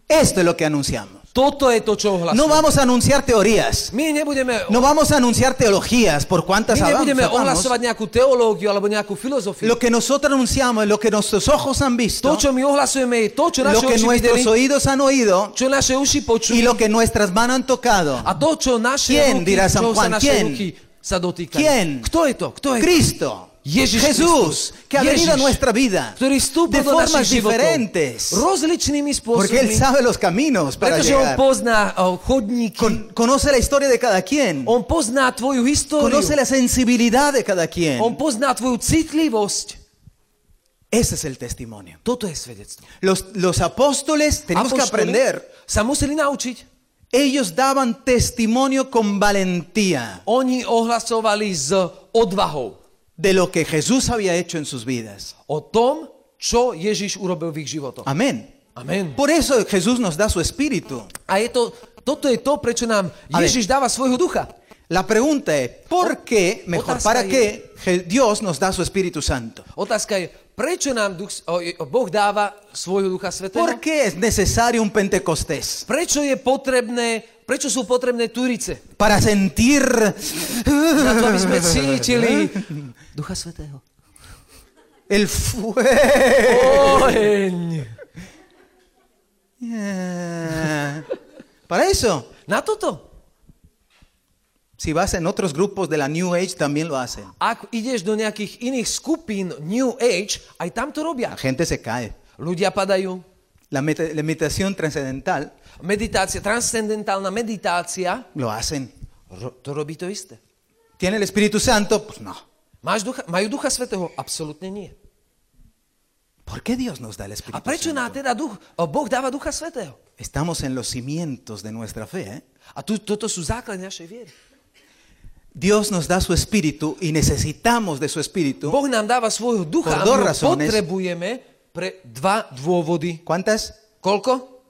S2: Esto es lo que anunciamos.
S3: Toto je to, čo
S2: No
S3: ohlasujeme.
S2: vamos a anunciar teorías.
S3: My nebudeme,
S2: No vamos a anunciar teologías, por cuantas
S3: my
S2: hablamos.
S3: nebudeme
S2: hablamos.
S3: ohlasovať nejakú teológiu alebo nejakú filozofiu.
S2: no. Lo que nosotros anunciamos, lo que nuestros ojos han
S3: To,
S2: visto,
S3: čo my ohlasujeme, je to, čo
S2: lo
S3: naše
S2: que
S3: uši
S2: nuestros
S3: videli,
S2: oídos han oído
S3: čo naše uši
S2: y
S3: počuli
S2: lo que nuestras manos han tocado.
S3: a to, čo naše
S2: Quién,
S3: ruky,
S2: dirá San
S3: čo sa
S2: Juan,
S3: naše
S2: quién?
S3: ruky sa dotýkali.
S2: Quién?
S3: Kto je to? Kto je to?
S2: Cristo,
S3: Jesús
S2: Jesús,
S3: Cristo.
S2: que ha venido a
S3: Jesús,
S2: nuestra vida
S3: ktorý
S2: de
S3: vstúpil do našich
S2: formas
S3: životov
S2: diferentes,
S3: rozličnými
S2: porque Él
S3: spôsobmi,
S2: sabe los caminos para
S3: pretože on
S2: llegar.
S3: pozná o, chodníky,
S2: Con- conoce la historia de cada quien,
S3: on pozná tvoju históriu,
S2: conoce la sensibilidad de cada quien.
S3: on pozná tvoju citlivosť.
S2: Ese es el testimonio.
S3: Toto je svedectvo.
S2: Los, los apóstoles tenemos que
S3: Apoštoli
S2: aprender.
S3: sa museli naučiť.
S2: Ellos daban testimonio con valentía
S3: Oni ohlasovali s odvahou
S2: de lo que Jesús había hecho en sus vidas.
S3: o tom, čo Ježiš urobil v ich životoch.
S2: Amén.
S3: Amen.
S2: Por eso Jesús nos da su espíritu.
S3: A je to, toto je to, prečo nám
S2: A ver.
S3: Ježiš dáva svojho ducha.
S2: La pregunta es, ¿por qué, mejor,
S3: Otras
S2: para
S3: hay-
S2: qué Je- Dios nos da su Espíritu Santo?
S3: Otázka je, prečo nám duch, o, o, Boh dáva svojho ducha svetého?
S2: ¿Por qué es necesario un Pentecostés?
S3: Prečo je potrebné, prečo sú potrebné turice?
S2: Para sentir...
S3: Na to, aby sme cítili ducha svetého.
S2: El fuego.
S3: Oheň.
S2: Yeah. Para eso.
S3: Na toto.
S2: Si vas en otros grupos de la New Age, también lo hacen.
S3: Ak ideš do nejakých iných skupín New Age, aj tam to
S2: La
S3: robia.
S2: gente se cae.
S3: Ľudia padajú.
S2: La, meta- la meditación trascendental
S3: Meditácia, transcendentálna meditácia,
S2: lo hacen.
S3: ro- to robí to isté.
S2: ¿Tiene el Espíritu Santo? Pues no.
S3: Máš ducha, majú ducha svetého? Absolútne nie.
S2: ¿Por qué Dios nos da el
S3: A
S2: Espíritu
S3: prečo nám
S2: Santo?
S3: teda duch, o, Boh dáva ducha svetého?
S2: Estamos en los cimientos de nuestra fe. ¿eh?
S3: A tu, toto sú základy našej viery.
S2: Dios nos da su Espíritu y necesitamos de su Espíritu.
S3: Boh nám dáva svojho ducha
S2: Por
S3: a
S2: dos
S3: my ho
S2: razones.
S3: potrebujeme pre dva dôvody.
S2: ¿Cuántas?
S3: Koľko?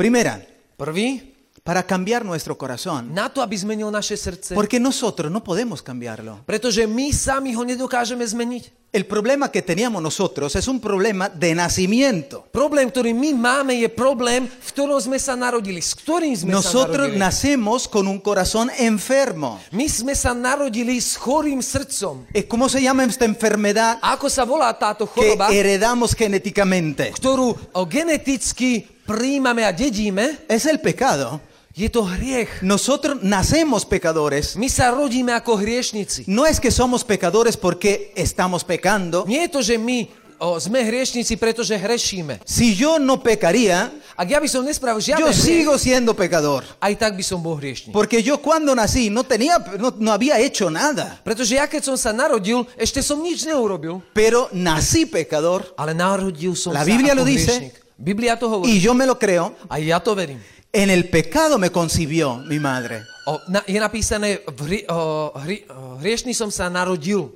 S2: Primera,
S3: Prvý,
S2: para cambiar nuestro corazón.
S3: na to, aby zmenil naše srdce.
S2: Porque nosotros no podemos cambiarlo.
S3: Pretože my sami ho nedokážeme zmeniť.
S2: El problema que teníamos nosotros es un problema de nacimiento.
S3: Problém, ktorý my máme, je problém, v ktorom sme sa narodili. S ktorým sme sa
S2: Nosotros
S3: narodili?
S2: nacemos con un corazón enfermo.
S3: My sme sa narodili s chorým srdcom.
S2: Eh, ¿Cómo se llama esta enfermedad
S3: A ako sa volá táto
S2: que
S3: choroba,
S2: heredamos genéticamente?
S3: ktorú o, geneticky príjmame a dedíme,
S2: Es el pecado.
S3: je to hriech.
S2: Nosotros nacemos pecadores.
S3: My sa rodíme ako hriešnici.
S2: No es que somos pecadores porque estamos pecando.
S3: Nie je to, že my o, sme hriešnici, pretože hrešíme.
S2: Si yo no pecaría,
S3: Ak ja by som nespravil žiadne
S2: yo
S3: hriech,
S2: sigo siendo pecador.
S3: aj tak by som bol hriešnik.
S2: Porque yo cuando nací no tenía, no, no había hecho nada.
S3: Pretože ja keď som sa narodil, ešte som nič neurobil.
S2: Pero nací pecador
S3: Ale narodil som
S2: La
S3: sa
S2: Biblia
S3: ako
S2: lo dice.
S3: hriešnik. Biblia to hovorí.
S2: y yo me lo creo.
S3: A ja to verím.
S2: En el pecado me concibió mi madre.
S3: O, na, je napísané, v hri, o, hri, o, hriešný som sa narodil.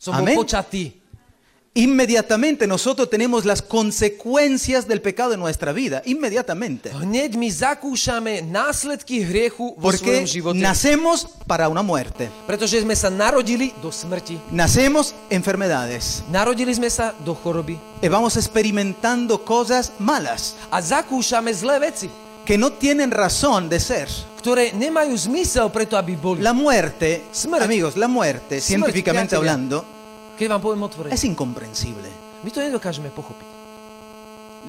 S3: Som
S2: Amen.
S3: bol počatý.
S2: Inmediatamente nosotros tenemos las consecuencias del pecado en nuestra vida. Inmediatamente.
S3: Hneď my zakúšame následky hriechu vo
S2: Porque
S3: svojom živote.
S2: nacemos para una muerte.
S3: Pretože sme sa narodili do smrti.
S2: Nacemos enfermedades.
S3: Narodili sme sa do choroby.
S2: Eh, Vamos experimentando cosas malas
S3: A zakúšame zlé veci,
S2: que no tienen razón de ser.
S3: ktoré nemajú zmysel preto, aby boli.
S2: La muerte,
S3: Smerte.
S2: amigos, la muerte,
S3: Smerte,
S2: científicamente
S3: priatelia.
S2: hablando,
S3: Keď vám poviem otvorene,
S2: es incomprensible.
S3: my to nedokážeme pochopiť.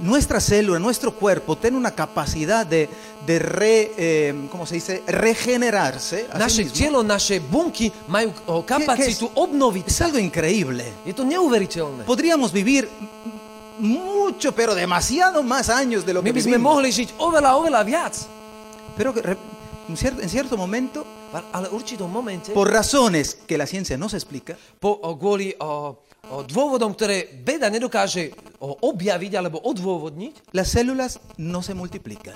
S2: Nuestra célula, nuestro cuerpo tiene una capacidad de, de re, eh, ¿cómo se dice? regenerarse. a sí
S3: Naše
S2: mismo.
S3: telo, naše bunky majú o, kapacitu obnoviť.
S2: Es
S3: sa.
S2: algo increíble.
S3: Je to neuveriteľné.
S2: Podríamos vivir mucho, pero demasiado más años de lo
S3: My
S2: que
S3: by sme
S2: vivimos.
S3: mohli žiť oveľa, oveľa viac.
S2: Pero que re- en cier- en cierto momento,
S3: Ale v určitom momente,
S2: por razones que la ciencia no se explica,
S3: po, o, kvôli o, o, dôvodom, ktoré veda nedokáže o, objaviť alebo odôvodniť,
S2: las células no se multiplican.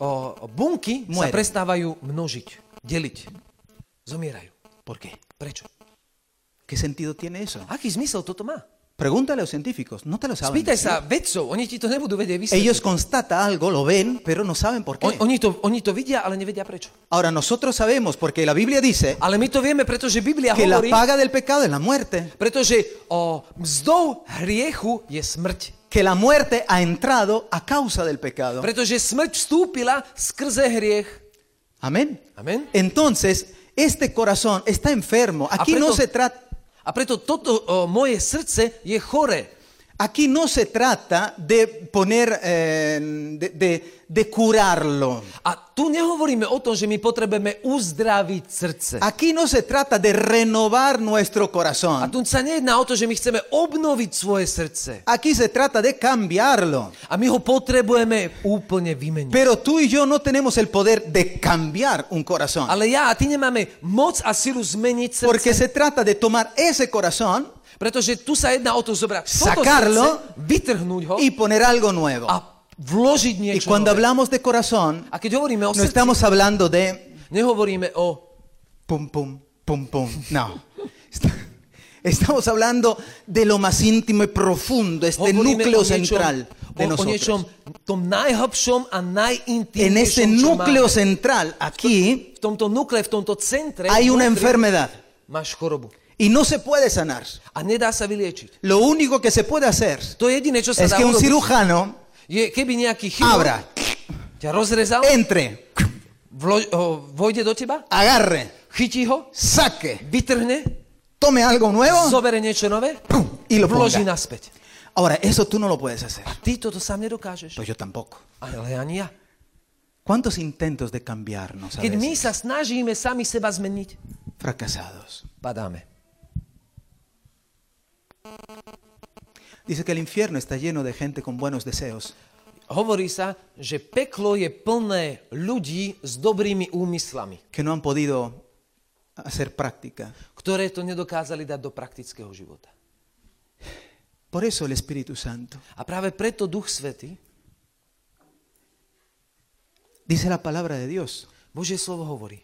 S3: o, bunky
S2: Muere.
S3: sa prestávajú množiť, deliť. Zomierajú.
S2: ¿Por qué?
S3: Prečo?
S2: ¿Qué sentido tiene eso?
S3: Aký zmysel toto má?
S2: Pregúntale a los científicos, no te lo saben.
S3: Spýtaj
S2: decir.
S3: sa vedcov, oni ti to nebudú vedieť vysvetliť.
S2: Ellos constata algo, lo ven, pero no saben por
S3: On,
S2: qué.
S3: oni, to, oni to vidia, ale nevedia prečo.
S2: Ahora nosotros sabemos, porque la Biblia dice
S3: Ale my to vieme, pretože Biblia
S2: que la
S3: hovorí,
S2: paga del pecado es la muerte.
S3: pretože o, mzdou hriechu je smrť.
S2: que la muerte ha entrado a causa del pecado.
S3: Pretože smrť vstúpila skrze hriech.
S2: Amén.
S3: Amén.
S2: Entonces, este corazón está enfermo. Aquí no
S3: preto-
S2: se trata
S3: A preto toto o, moje srdce je chore.
S2: Aquí no se trata de poner, eh, de, de- de curarlo.
S3: A tu nehovoríme o tom, že my potrebujeme uzdraviť srdce.
S2: Aquí no se trata de renovar nuestro
S3: A
S2: corazón.
S3: tu sa nejedná o to, že my chceme obnoviť svoje srdce.
S2: Aquí se trata de cambiarlo.
S3: A my ho potrebujeme úplne vymeniť.
S2: Pero tú y yo no tenemos el poder de cambiar un corazón.
S3: Ale ja a ty nemáme moc a silu zmeniť srdce.
S2: Porque se trata de tomar ese corazón
S3: Pretože tu sa jedná o to zobrať toto
S2: Sacarlo
S3: srdce, vytrhnúť ho
S2: y poner algo nuevo.
S3: a
S2: Y
S3: vložiť niečo
S2: cuando
S3: nové.
S2: hablamos de corazón,
S3: A keď hovoríme
S2: eh.
S3: o
S2: Ah, no
S3: srdci,
S2: estamos hablando de
S3: nehovoríme o...
S2: pum, pum, pum, pum. No. Est- Estamos hablando de lo más íntimo y profundo, este
S3: Hovoríme
S2: núcleo
S3: o niečom,
S2: central de
S3: o, o niečom
S2: nosotros.
S3: tom najhlbšom a
S2: En ese
S3: najintimnejšom, čo
S2: núcleo
S3: máme.
S2: central, aquí,
S3: V tomto nukle, v tomto centre
S2: hay una
S3: vnútri
S2: enfermedad
S3: máš chorobu.
S2: y no se puede sanar.
S3: A nedá sa vyliečiť.
S2: Lo único que se puede hacer
S3: To jediné, čo sa
S2: es
S3: dá
S2: que un
S3: urobiť,
S2: cirujano
S3: je, keby nejaký chirurg
S2: abra,
S3: ťa rozrezal,
S2: entre,
S3: vlo, ho, vojde do teba,
S2: agarre,
S3: chytí ho,
S2: saque,
S3: vytrhne,
S2: tome algo nuevo.
S3: zobere niečo nové,
S2: Pum, y lo
S3: vloží
S2: ponga.
S3: naspäť.
S2: Ahora, eso tú no lo puedes hacer.
S3: Ty toto sám nedokážeš.
S2: Pues yo tampoco.
S3: Ale ani ja.
S2: ¿Cuántos intentos de cambiarnos a
S3: Keď my
S2: veces?
S3: sa snažíme sami seba zmeniť,
S2: fracasados?
S3: padáme.
S2: Dice que el infierno está lleno de gente con buenos deseos.
S3: Hovorí sa, že peklo je plné ľudí s dobrými úmyslami,
S2: que no han podido hacer práctica.
S3: ktoré to nedokázali dať do praktického života.
S2: Por eso el Espíritu Santo,
S3: A práve preto Duch Svetý,
S2: dice la palabra de Dios,
S3: Božie slovo hovorí,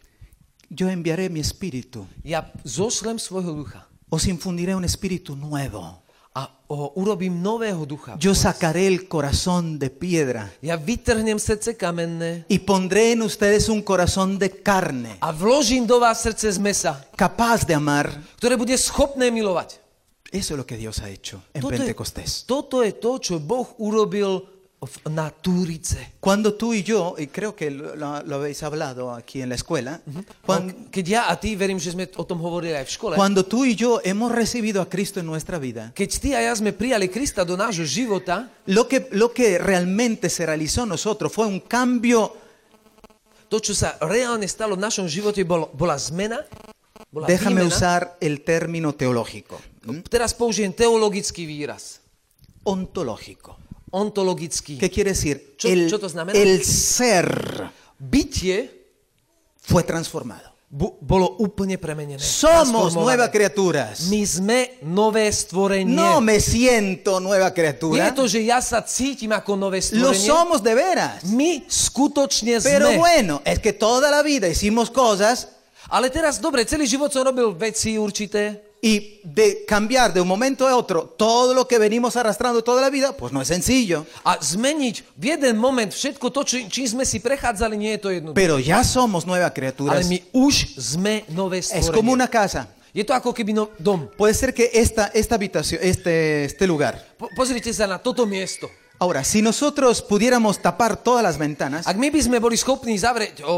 S2: yo enviaré mi espíritu,
S3: ja zošlem svojho ducha
S2: os infundiré un espíritu nuevo,
S3: a o, urobím nového ducha.
S2: yo sacaré el corazón de piedra
S3: Ja vytrhnem srdce kamenné
S2: y pondré en ustedes un corazón de carne,
S3: a vložím do vás srdce z mesa,
S2: capaz de amar.
S3: ktoré bude schopné milovať.
S2: Eso es lo que Dios ha hecho en
S3: Toto je,
S2: Pentecostés.
S3: toto je to, čo Boh urobil v, na Túrice.
S2: Cuando tú y yo, y creo que lo, lo- lo habéis hablado aquí en la escuela, cuan-
S3: No, Keď ja a ty, verím, že sme o tom hovorili aj v škole,
S2: cuando tú y yo hemos recibido a Cristo en nuestra vida,
S3: keď ty a ja sme prijali Krista do nášho života,
S2: Lo que, lo que realmente se realizó en nosotros fue un cambio
S3: to, čo sa reálne stalo v našom živote, bolo, bola zmena. Bola
S2: Déjame
S3: výmena.
S2: usar el término teológico,
S3: Teraz použijem teologický výraz.
S2: ontológico.
S3: Ontologický.
S2: ¿Qué quiere decir?
S3: Čo-
S2: El,
S3: čo to znamená?
S2: el ser
S3: Bytie
S2: fue transformado.
S3: bu- bolo úplne premenené.
S2: Somos
S3: transformované.
S2: nuevas criaturas.
S3: My sme nové stvorenie.
S2: No me siento nueva
S3: Nie
S2: criatura.
S3: je to, že ja sa cítim ako nové
S2: Lo
S3: stvorenie.
S2: somos de veras.
S3: My skutočne
S2: Pero
S3: sme.
S2: bueno, es que toda la vida hicimos cosas
S3: Ale teraz, dobre, celý život som robil veci určité.
S2: y de cambiar de un momento a otro todo lo que venimos arrastrando toda la vida, pues no es sencillo.
S3: A zmeniť v jeden moment všetko to, či, čím sme si prechádzali, nie je to jednoduché.
S2: Pero ya somos nueva
S3: Ale
S2: criatura.
S3: my už sme nové
S2: Es como
S3: stvorenie.
S2: una casa.
S3: Je to ako keby no, dom.
S2: Puede ser que esta, esta habitación, este, este lugar.
S3: Po, pozrite sa na toto miesto.
S2: Ahora, si nosotros pudiéramos tapar todas las ventanas,
S3: Ak my by sme boli schopní zavrieť o, o,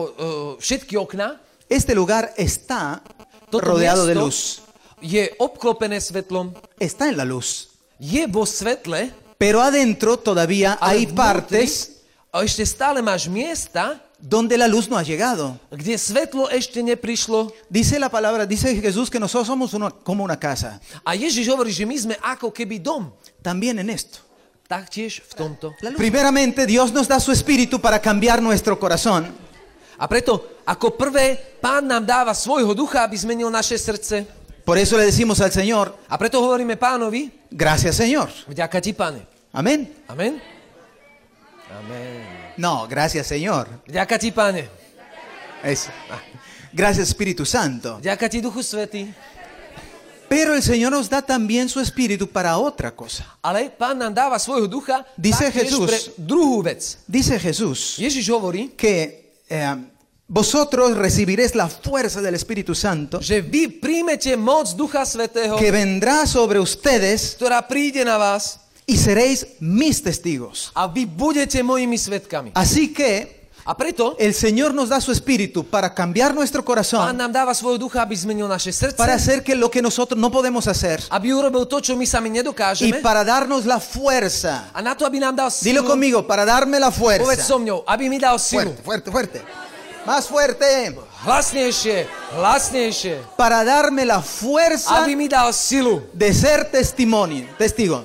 S3: všetky okná,
S2: este lugar está
S3: toto
S2: rodeado de
S3: miesto
S2: luz.
S3: je obklopené svetlom,
S2: Está en la luz.
S3: je vo svetle,
S2: Pero adentro todavía
S3: ale
S2: hay
S3: vnútri
S2: partes
S3: a ešte stále máš miesta,
S2: donde la luz no ha llegado.
S3: kde svetlo ešte neprišlo.
S2: Dice la palabra, dice Jesús que nosotros somos una- como una casa.
S3: A Ježiš hovorí, že my sme ako keby dom.
S2: También en esto.
S3: Taktiež v tomto.
S2: Primeramente, Dios nos da su espíritu para cambiar nuestro corazón.
S3: A preto, ako prvé, Pán nám dáva svojho ducha, aby zmenil naše srdce.
S2: Por eso le decimos al Señor,
S3: A preto hovoríme pánovi,
S2: gracias Señor.
S3: vďaka ti, pane.
S2: Amén.
S3: Amen? Amen.
S2: No, gracias Señor.
S3: Vďaka ti, pane.
S2: Eso. Gracias Espíritu Santo.
S3: Vďaka ti, Duchu Svetý.
S2: Pero el Señor nos da también su espíritu para otra cosa.
S3: Ale pán nám dáva svojho ducha
S2: Dice
S3: taktiež
S2: Jesús.
S3: pre druhú vec.
S2: Dice Jesús
S3: Ježiš hovorí,
S2: que eh, vosotros recibiréis la fuerza del Espíritu Santo
S3: že vy príjmete moc Ducha Svetého,
S2: que vendrá sobre ustedes
S3: ktorá príde na vás
S2: y seréis mis testigos.
S3: a vy budete mojimi svetkami.
S2: Así que
S3: A preto
S2: el Señor nos da su espíritu para cambiar nuestro
S3: Pán
S2: corazón,
S3: nám dáva svojho ducha, aby zmenil naše srdce,
S2: para hacer que lo que nosotros no podemos hacer
S3: aby urobil to, čo my sami
S2: y
S3: nedokážeme
S2: para darnos la fuerza.
S3: a na to, aby nám dal
S2: Dilo
S3: silu.
S2: conmigo, para darme la
S3: Povedz
S2: fuerza.
S3: so mňou, aby mi dal silu.
S2: Fuerte, fuerte, fuerte. Más fuerte.
S3: Hlasnejšie, hlasnejšie.
S2: Para darme la fuerza
S3: Aby mi dal silu.
S2: de ser testimonio, testigo.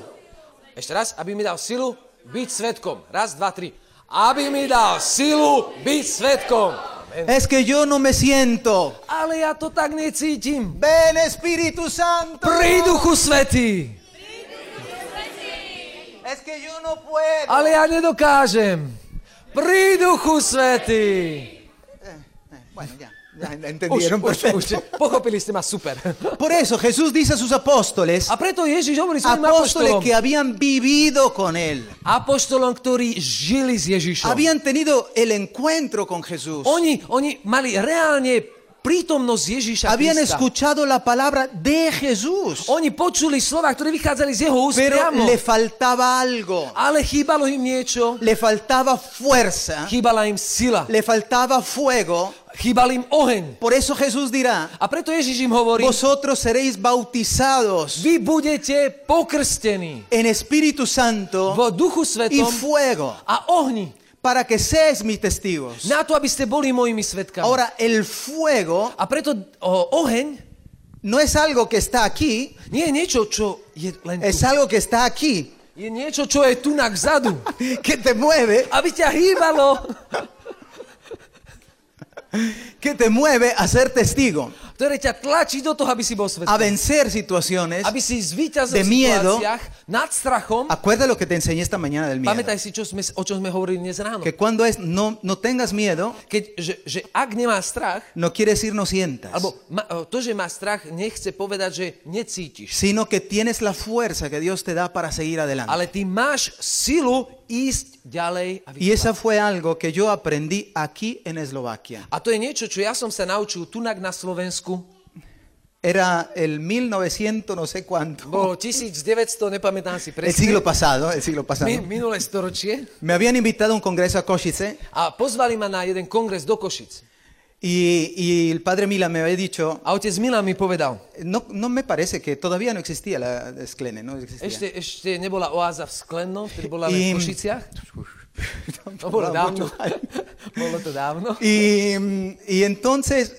S3: Ešte raz, aby mi dal silu byť svetkom. Raz, dva, tri. Aby mi dal silu byť svetkom. Amen.
S2: Es que yo no me siento.
S3: Ale ja to tak necítim.
S2: Ven Espíritu Santo.
S3: Pri duchu svetý.
S2: Es que yo no puedo.
S3: Ale ja nedokážem. Pri duchu svetý.
S2: Bueno, ya, ya entendieron perfecto.
S3: už, pochopili ste ma super.
S2: Por eso Jesús dice a sus apóstoles,
S3: A preto Ježiš hovorí svojim
S2: apóstoles
S3: apoštolom.
S2: que habían vivido con él,
S3: Apoštolom, ktorí žili s Ježišom.
S2: habían tenido el encuentro con Jesús,
S3: Oni, oni mali reálne prítomnosť Ježiša
S2: habían
S3: Krista.
S2: escuchado la palabra de Jesús,
S3: Oni počuli slova, ktoré vychádzali z jeho úst
S2: pero
S3: priamo.
S2: le faltaba algo,
S3: Ale chýbalo im niečo.
S2: le faltaba fuerza,
S3: Chýbala im sila.
S2: le faltaba fuego,
S3: Chýbal im oheň.
S2: por eso Jesús dirá,
S3: A preto Ježiš im hovorí,
S2: vosotros seréis bautizados
S3: vy budete pokrstení
S2: en Espíritu
S3: v
S2: Santo
S3: duchu
S2: y
S3: svetom
S2: fuego,
S3: a ohni.
S2: para que seáis mis testigos.
S3: Na to, aby ste boli mojimi svetkami.
S2: Ahora, el fuego
S3: A preto o, oheň
S2: no es algo que está aquí,
S3: nie je niečo, čo je len
S2: es
S3: tu.
S2: algo que está aquí,
S3: Je niečo, čo je tu na vzadu.
S2: que te mueve,
S3: Aby ťa hýbalo.
S2: que te mueve a ser testigo,
S3: Ktoré ťa tlačí do toho, aby si bol
S2: a
S3: svetkom.
S2: vencer situaciones.
S3: Aby si zvíťazil
S2: de
S3: v
S2: miedo.
S3: situáciách nad strachom.
S2: Acuerda lo que te enseñé esta mañana del miedo.
S3: Pamätaj si, čo sme, o čom sme hovorili dnes ráno.
S2: Que cuando es no, no tengas miedo,
S3: Keď, že, že ak nemá strach,
S2: no quiere decir no sientas,
S3: alebo ma, e, to, že má strach, nechce povedať, že necítiš.
S2: sino que tienes la fuerza que Dios te da para seguir adelante.
S3: Ale ty máš silu ísť ďalej a
S2: Y
S3: vytrvať.
S2: esa fue algo que yo aprendí aquí en Eslovaquia.
S3: A to je niečo, čo ja som sa naučil tunak na Slovensku.
S2: Era el 1900 no sé cuánto,
S3: Bolo 1900, nepamätám si
S2: el siglo
S3: presne.
S2: pasado, el siglo pasado.
S3: Mi, minulé storočie.
S2: Me habían invitado a un congreso a Košice
S3: A pozvali ma na jeden kongres do Košic.
S2: Y, y el padre Mila me había dicho,
S3: A otec Milan mi povedal,
S2: no, no me parece que todavía no existía la Sclene, no existía.
S3: ešte, ešte nebola oáza v Sklennom, vtedy bola len
S2: Im-
S3: v Košiciach. To
S2: Ah,
S3: bolo dávno. bolo to dávno.
S2: Y, mm, y entonces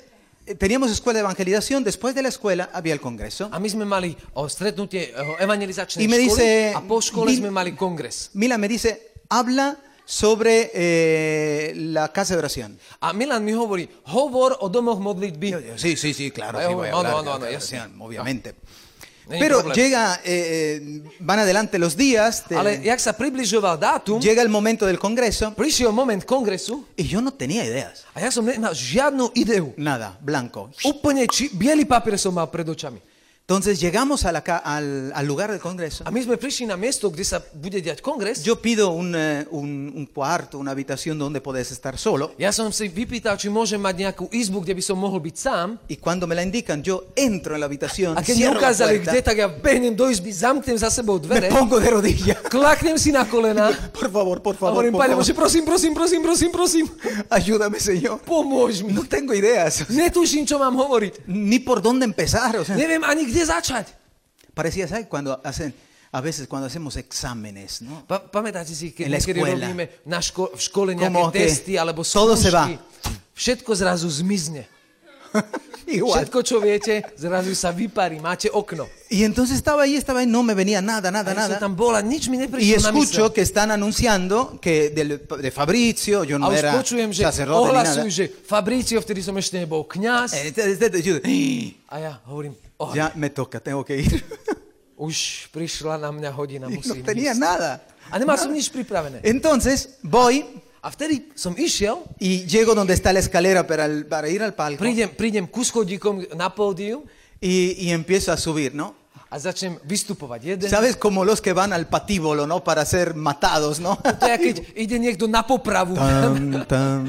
S2: eh, teníamos escuela de evangelización, después de la escuela había el congreso.
S3: A my sme mali o stretnutie o evangelizačnej
S2: I mi
S3: školy
S2: dice-
S3: a po škole
S2: mi-
S3: sme mali kongres.
S2: Mila me dice, habla sobre eh, la casa de oración.
S3: A Milan mi hovorí, hovor o domoch modlitby.
S2: Yo, sí, sí, sí, claro,
S3: Ay,
S2: sí voy a
S3: Eh, no,
S2: hablar
S3: no,
S2: de la
S3: no,
S2: casa de
S3: yo
S2: oración,
S3: sí.
S2: obviamente.
S3: No hay
S2: Pero
S3: problema.
S2: llega, eh, eh, van adelante los días, te-
S3: Ale jak sa približoval dátum,
S2: llega el momento del congreso
S3: prišiel moment kongresu
S2: y yo no tenía ideas,
S3: a ja som nemal žiadnu ideu.
S2: nada, blanco.
S3: Úplne či, bielý papier som mal pred očami.
S2: Entonces llegamos a la ca- al, al lugar del congreso.
S3: A my sme prišli na miesto, kde sa bude diať kongres.
S2: Yo pido un, eh, un- un cuarto, una habitación donde podés estar solo.
S3: Ja som si vypýtal, či môžem mať nejakú izbu, kde by som mohol byť sám.
S2: Y cuando me la indican, yo entro en la habitación,
S3: A keď mi
S2: cierro la
S3: ukázali,
S2: puerta,
S3: kde, tak ja behnem do izby, zamknem za sebou
S2: me
S3: dvere,
S2: pongo de rodillas.
S3: klaknem si na kolena
S2: Por favor, eh? por favor, pues,
S3: A hovorím,
S2: por
S3: pane
S2: favor,
S3: Bože, prosím, prosím, prosím, prosím, prosím,
S2: ayúdame, Señor.
S3: pomôž mi.
S2: No tengo ideas,
S3: Netuším, čo mám hovoriť.
S2: ni por dónde empezar. o sea,
S3: Neviem ani, kde začať.
S2: parecía, ¿sabes? Cuando hacen, a veces cuando hacemos exámenes, ¿no?
S3: Pa- pamätáte si,
S2: En la
S3: keď niekedy
S2: escuela.
S3: robíme na ško- v škole nejaké
S2: Como que
S3: testy alebo
S2: todo se va.
S3: skúšky, všetko zrazu zmizne.
S2: Igual.
S3: Všetko, čo viete, zrazu sa vyparí. Máte okno.
S2: Y entonces estaba ahí, estaba ahí, no me venía nada,
S3: A
S2: nada,
S3: ja
S2: nada.
S3: som tam bola, nič mi
S2: Y
S3: neprišlo na mysle.
S2: escucho que están anunciando que del- de Fabrizio, yo no
S3: A už
S2: era
S3: počujem, že
S2: sacerdote ni nada.
S3: ohlasujú, že Fabricio, vtedy som ešte nebol kňaz.
S2: Eh, te- te- te- yo-
S3: A ja hovorím, oh,
S2: ya me toca, tengo que ir.
S3: už prišla na mňa hodina,
S2: no
S3: musím
S2: tenía
S3: ísť.
S2: nada. Ah,
S3: A nemal som nič pripravené.
S2: Entonces voy
S3: A vtedy som išiel
S2: y llego donde está la escalera para, el- para ir al palco y,
S3: prídem, prídem ku schodíkom na pódium
S2: y empiezo a subir, ¿no?
S3: a začnem vystupovať jeden.
S2: ¿Sabes? Como los que van al patíbolo, ¿no? Para ser matados, ¿no?
S3: To je, keď ide niekto na popravu.
S2: Tan, tan,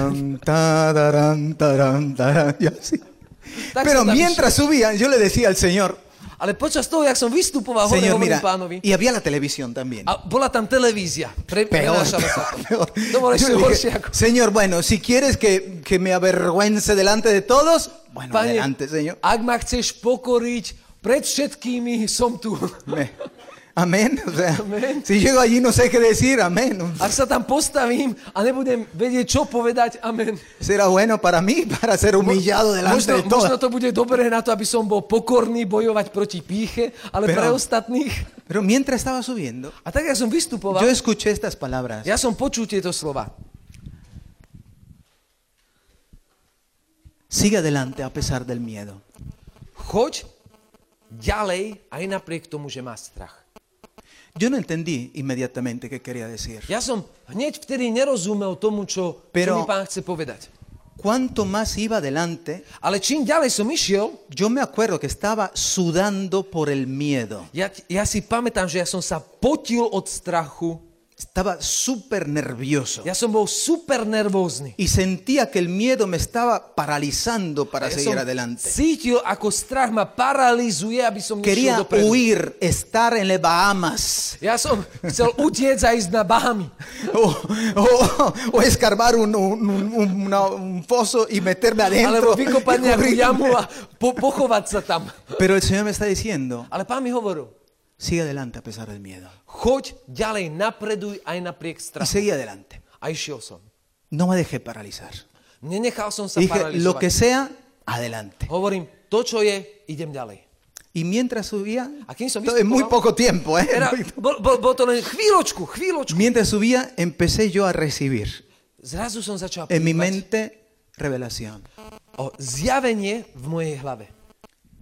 S2: tan, tararán, tarán, tarán, y así.
S3: Taxi
S2: Pero
S3: también.
S2: mientras subían, yo le decía al Señor,
S3: Ale počas toho, jak som vystupoval, hore
S2: Señor, mira,
S3: hovorím pánovi.
S2: y había la televisión también.
S3: A bola tam televízia. Pre,
S2: Peor,
S3: prenášala sa to.
S2: peor.
S3: To bolo
S2: Yo le
S3: ešte horšie
S2: dije,
S3: ako...
S2: señor, bueno, si quieres que, que me avergüence delante de todos, bueno,
S3: Pane,
S2: adelante, señor.
S3: ak ma chceš pokoriť, pred všetkými som tu.
S2: Me- amén. o sea,
S3: Amén.
S2: Si llego allí no sé qué decir, amén.
S3: Ak sa tam postavím a nebudem vedieť, čo povedať, amen.
S2: Será bueno para mí, para ser humillado delante
S3: Možno,
S2: de todos.
S3: možno to bude dobré na to, aby som bol pokorný bojovať proti píche, ale
S2: Pero-
S3: pre ostatných...
S2: Pero mientras estaba subiendo,
S3: A tak, ja som vystupoval,
S2: yo escuché estas palabras.
S3: ja som počul tieto slova.
S2: Sigue adelante a pesar del miedo.
S3: Choď ďalej aj napriek tomu, že má strach.
S2: Yo no entendí inmediatamente qué quería decir.
S3: Ja som hneď vtedy nerozumel tomu, čo,
S2: Pero-
S3: čo mi pán chce povedať.
S2: Cuanto más iba adelante,
S3: Ale čím ďalej som išiel,
S2: yo me acuerdo que estaba sudando por el miedo.
S3: ja, ja si pamätám, že ja som sa potil od strachu.
S2: Estaba súper nervioso.
S3: Ja som bol super nervózny.
S2: Y sentía que el miedo me estaba paralizando para
S3: Ja som
S2: seguir adelante.
S3: cítil, ako strach ma paralizuje, aby som nešiel
S2: Quería
S3: dopredu.
S2: huir, estar en las Bahamas
S3: Ja som chcel utiec a ísť na Bahamy.
S2: o, o- o escarbar un, un- un- un- una- un pozo y meterme adentro.
S3: Alebo vykopať
S2: y
S3: nejakú
S2: cubrirme.
S3: jamu a po- pochovať sa tam.
S2: Pero el Señor me está diciendo,
S3: Ale pán mi hovoril,
S2: sigue adelante a pesar del miedo.
S3: choď ďalej, napreduj aj
S2: Y
S3: napriek strachu.
S2: seguí adelante.
S3: A išiel som.
S2: No me dejé paralizar.
S3: Nenechal som sa
S2: Dije, lo que
S3: paralizovať.
S2: sea, adelante.
S3: Hovorím, to čo je, idem ďalej.
S2: Y mientras subía,
S3: Aquí en San
S2: esto es muy
S3: Cristóbal-
S2: poco tiempo, ¿eh?
S3: Era,
S2: Muy-
S3: bol, bol, bol to len chvíľočku, chvíľočku.
S2: Mientras subía, empecé yo a recibir
S3: Zrazu som začal
S2: en mi
S3: plývať
S2: mente revelación.
S3: o zjavenie v mojej hlave.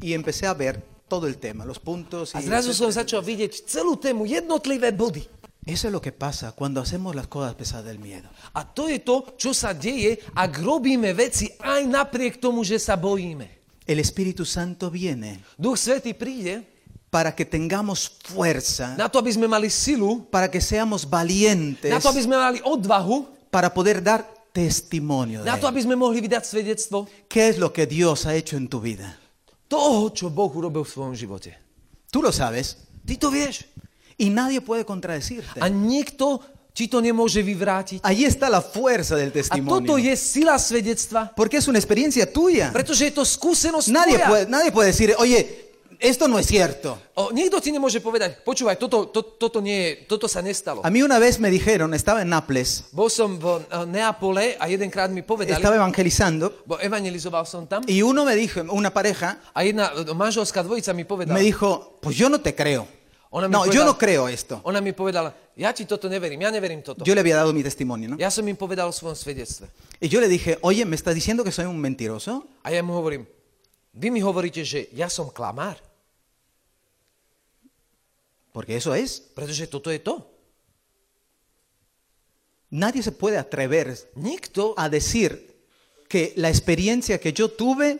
S2: Y empecé a ver todo el tema, los puntos. Y
S3: A zrazu som
S2: etcétera.
S3: začal vidieť celú tému, jednotlivé body.
S2: Eso es lo que pasa cuando hacemos las cosas a pesar del miedo.
S3: A to je to, čo sa deje, ak robíme veci aj napriek tomu, že sa bojíme.
S2: El Espíritu Santo viene
S3: Duch Svetý príde
S2: para que tengamos fuerza,
S3: na to, aby sme mali silu,
S2: para que seamos
S3: na
S2: valientes,
S3: to, aby sme mali odvahu,
S2: para poder dar testimonio de
S3: na to,
S2: él.
S3: aby sme mohli vydať svedectvo
S2: ¿Qué es lo que Dios ha hecho en tu vida?
S3: toho, čo Boh urobil v svojom živote.
S2: Tú lo sabes
S3: Ty to vieš.
S2: y nadie puede contradecirte.
S3: A nikto ti to nemôže vyvrátiť.
S2: Ahí está la fuerza del
S3: A
S2: testimonio.
S3: toto je sila svedectva,
S2: Porque es una experiencia tuya.
S3: pretože je to skúsenosť
S2: Nadie
S3: tvoja.
S2: puede, nadie puede decir, oye, esto no es cierto.
S3: O, nikto ti nemôže povedať, počúvaj, toto, to, toto, nie je, toto sa nestalo.
S2: A mí una vez me dijeron, estaba en Nápoles,
S3: Bol som v eh, Neapole a jedenkrát mi povedali,
S2: estaba evangelizando
S3: bo evangelizoval som tam,
S2: y uno me dijo, una pareja,
S3: a jedna eh, manželská dvojica mi povedala,
S2: me dijo, pues yo no te creo.
S3: Ona mi
S2: No, yo
S3: povedala-
S2: no creo esto.
S3: ona mi povedala, ja ti toto neverím, ja neverím toto.
S2: Yo le había dado mi testimonio, ¿no?
S3: Ja som im povedal o svojom svedectve.
S2: Y yo le dije, oye, ¿me estás diciendo que soy un mentiroso?
S3: A ja mu hovorím, vy mi hovoríte, že ja som klamár,
S2: Porque eso es.
S3: pretože toto je to.
S2: Nadie se puede atrever
S3: Nikto,
S2: a decir que la experiencia que yo tuve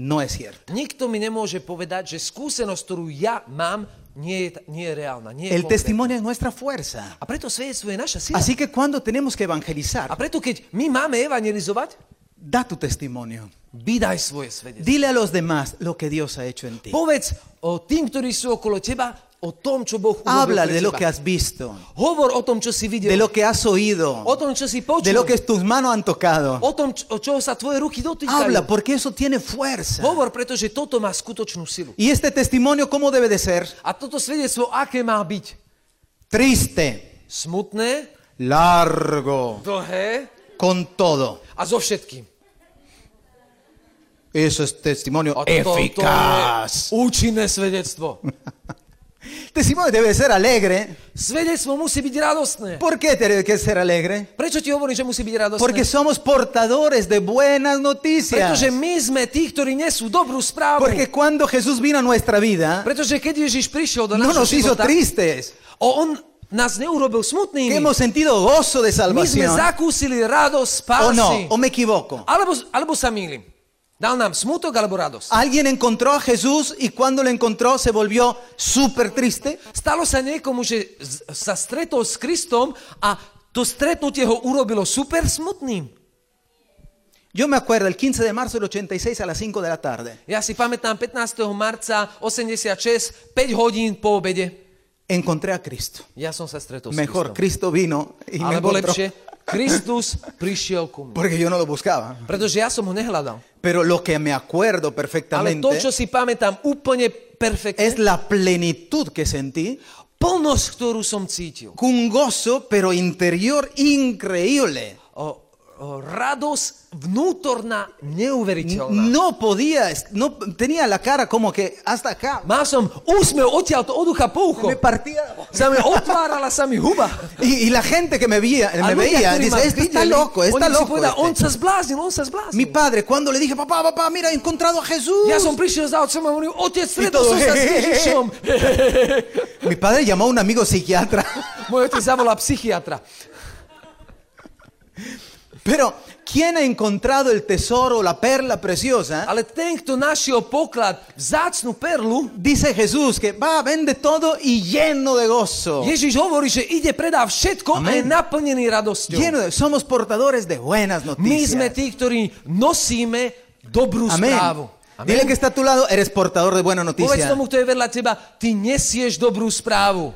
S2: no es cierta.
S3: nikto mi nemôže povedať, že skúsenosť, ktorú ja mám, nie je, ta- nie je reálna. Nie je
S2: El
S3: konkrétna.
S2: testimonio es nuestra fuerza.
S3: A preto svedectvo je naša sila.
S2: Así que cuando tenemos que
S3: A
S2: evangelizar,
S3: preto, keď my máme evangelizovať,
S2: da tu testimonio.
S3: vydaj svoje svedectvo.
S2: Dile a los demás lo que Dios ha hecho en ti.
S3: Povedz o tým, ktorí sú okolo teba, o tom, čo Boh urobil
S2: Habla
S3: pre
S2: de lo que
S3: teba.
S2: has visto,
S3: Hovor o tom, čo
S2: de
S3: si videl,
S2: lo que has oído,
S3: o tom, čo si
S2: de
S3: počul,
S2: lo que tus manos han tocado.
S3: o tom, čo, o čoho sa tvoje ruky
S2: Habla
S3: dotýkajú.
S2: porque eso tiene fuerza.
S3: Hovor, pretože toto má skutočnú silu.
S2: ¿Y este testimonio cómo debe de ser?
S3: A toto svedectvo, aké má byť?
S2: Triste,
S3: Smutné,
S2: largo,
S3: dlhé
S2: con todo.
S3: a so všetkým.
S2: Eso es testimonio
S3: A toto je
S2: eficaz.
S3: účinné svedectvo.
S2: Testimonio debe de ser alegre.
S3: Svedectvo musí byť radostné.
S2: ¿Por qué tiene que ser alegre?
S3: Prečo ti hovorím, že musí byť radostné?
S2: Porque somos portadores de buenas noticias.
S3: Pretože my sme tí, ktorí nesú dobrú správu.
S2: Porque cuando Jesús vino a nuestra vida,
S3: Pretože keď Ježiš prišiel do
S2: no
S3: nášho
S2: nos hizo
S3: života,
S2: tristes.
S3: O on nás neurobil
S2: Que
S3: smutnými.
S2: hemos sentido gozo de
S3: My sme
S2: salvación.
S3: zakúsili radosť
S2: ¿O no?
S3: spásy.
S2: ¿O me equivoco?
S3: Alebo, alebo sa mýlim. Dal nám smutok alebo radosť.
S2: Alguien encontró a Jesús y cuando lo encontró se volvió súper triste.
S3: Stalo sa niekomu, že z- sa stretol s Kristom a to stretnutie ho urobilo super smutným.
S2: Yo me acuerdo el 15 de marzo del 86 a las 5 de la tarde.
S3: Ja si pamätám 15. marca 86, 5 hodín po obede.
S2: Encontré a Cristo.
S3: Ja som sa stretol
S2: Mejor,
S3: s Kristom.
S2: Cristo vino y me
S3: Alebo
S2: encontró.
S3: lepšie, Kristus prišiel ku mne.
S2: Porque yo no lo buscaba.
S3: Pretože ja som ho nehľadal.
S2: Pero lo que me acuerdo
S3: Ale
S2: perfectamente
S3: to, čo si pamätám úplne perfektne,
S2: es la plenitud que sentí,
S3: plnosť, ktorú som cítil.
S2: un gozo pero interior increíble.
S3: O, o, radosť vnútorná, neuveriteľná.
S2: No podía, es- no tenía la cara como que hasta acá.
S3: Mal som úsmev odtiaľto od ucha po ucho.
S2: Me partía.
S3: Sa mi otvárala sa mi huba.
S2: Y, y la gente que me veía,
S3: A
S2: me
S3: ľudia,
S2: veía,
S3: ktorí ma
S2: dice, este está
S3: videli,
S2: loco, está
S3: oni si
S2: loco.
S3: povedali,
S2: este".
S3: on sa zbláznil, on sa zbláznil.
S2: Mi padre, cuando le dije, papá, papá, mira, he encontrado a Jesús.
S3: Ja som prišiel za otcom a hovoril, otec, stretol
S2: to-
S3: som sa s Ježišom.
S2: Mi padre llamó a un amigo psiquiatra.
S3: Môj otec zavolal psychiatra.
S2: Pero, ¿quién ha encontrado el tesoro, la perla preciosa?
S3: Ale ten, kto našiel poklad, vzácnu perlu,
S2: Dice Jesús que va, vende todo y lleno de gozo.
S3: Ježiš hovorí, že ide predá všetko a je
S2: Amen. no-
S3: naplnený radosťou.
S2: Lleno de- somos portadores de buenas
S3: My sme
S2: noticias.
S3: tí, ktorí nosíme dobrú
S2: Amén.
S3: správu.
S2: Dile que está a tu lado, eres portador de buena
S3: Povedz
S2: noticia.
S3: tomu, kto je vedľa teba, ty nesieš dobrú správu.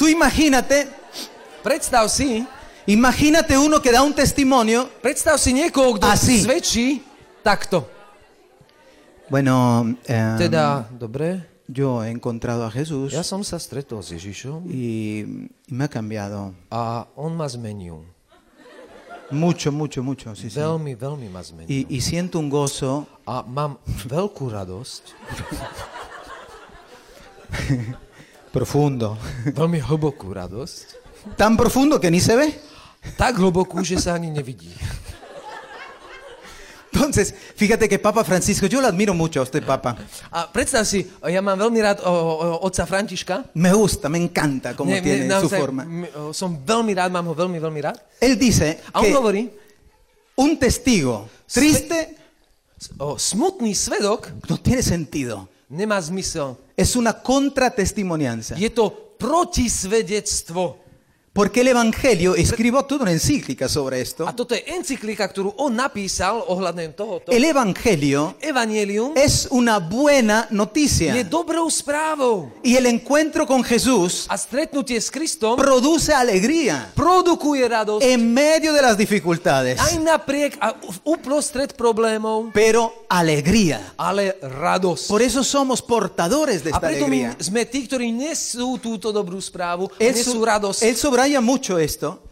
S2: Tú imagínate,
S3: Predstav si,
S2: imagínate uno que da un testimonio.
S3: predstav si niekoho, kto
S2: Asi.
S3: svedčí takto.
S2: Bueno, eh,
S3: Teda, dobre,
S2: yo he encontrado a Jesús
S3: ja som sa stretol s Ježišom
S2: y, y me ha cambiado
S3: a on ma zmenil.
S2: mucho, mucho, mucho. sí, sí.
S3: Veľmi, veľmi ma zmenil.
S2: Y, y siento un gozo.
S3: A mám veľkú radosť,
S2: Profundo.
S3: veľmi hlbokú radosť,
S2: Tan profundo que ni se ve.
S3: tak hlbokú, že sa ani nevidí.
S2: Entonces, fíjate que Papa Francisco, yo lo admiro mucho a usted, Papa.
S3: A predstav si, ja mám veľmi rád o, o, otca Františka.
S2: Me gusta, me encanta cómo
S3: Ne-
S2: tiene
S3: ne-
S2: su
S3: naozaj,
S2: forma.
S3: m- o, som veľmi rád, mám ho veľmi, veľmi rád.
S2: Él dice
S3: A on
S2: que
S3: hovorí,
S2: un testigo triste
S3: s- o, smutný svedok
S2: no tiene sentido.
S3: nemá zmysel.
S2: Es una contratestimonianza.
S3: Je to protisvedectvo.
S2: Porque el Evangelio escribió toda una encíclica sobre
S3: A
S2: esto.
S3: toto je encyklika, ktorú on napísal ohľadne tohoto.
S2: El Evangelio
S3: Evangelium
S2: es una buena
S3: je
S2: noticia.
S3: dobrou správou.
S2: Y el encuentro con Jesús
S3: A stretnutie s Kristom
S2: produce alegría
S3: produkuje radosť
S2: en medio de las dificultades.
S3: aj napriek a v- uprostred problémov,
S2: Pero alegría.
S3: ale radosť.
S2: Por eso somos portadores de
S3: A
S2: esta
S3: preto my
S2: alegría.
S3: sme tí, ktorí nesú túto dobrú správu,
S2: Él,
S3: nesú
S2: so-
S3: radosť.
S2: él sobraya mucho esto.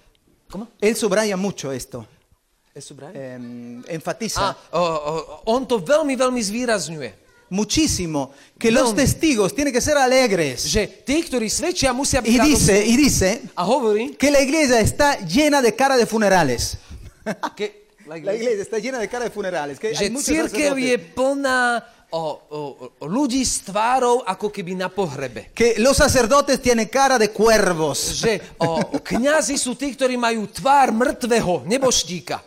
S3: ¿Cómo?
S2: Él sobraya mucho esto.
S3: Eso, Brian?
S2: Em, enfatiza
S3: A, o, o, on to veľmi, veľmi zvýrazňuje.
S2: muchísimo que
S3: No.
S2: los testigos tienen que ser alegres.
S3: Že tí, ktorí svedčia, musia byť
S2: Y
S3: radosní.
S2: dice, y dice
S3: A hovorí,
S2: que la iglesia está llena de cara de funerales.
S3: ke,
S2: La iglesia está llena de cara de funerales. Que hay
S3: že
S2: muchos
S3: církev
S2: sacerdotes.
S3: je plná o, o, o ľudí s tvárou ako keby na pohrebe.
S2: que los sacerdotes tienen cara de cuervos.
S3: Že o, o, kňazi sú tí, ktorí majú tvár mŕtvého neboštíka.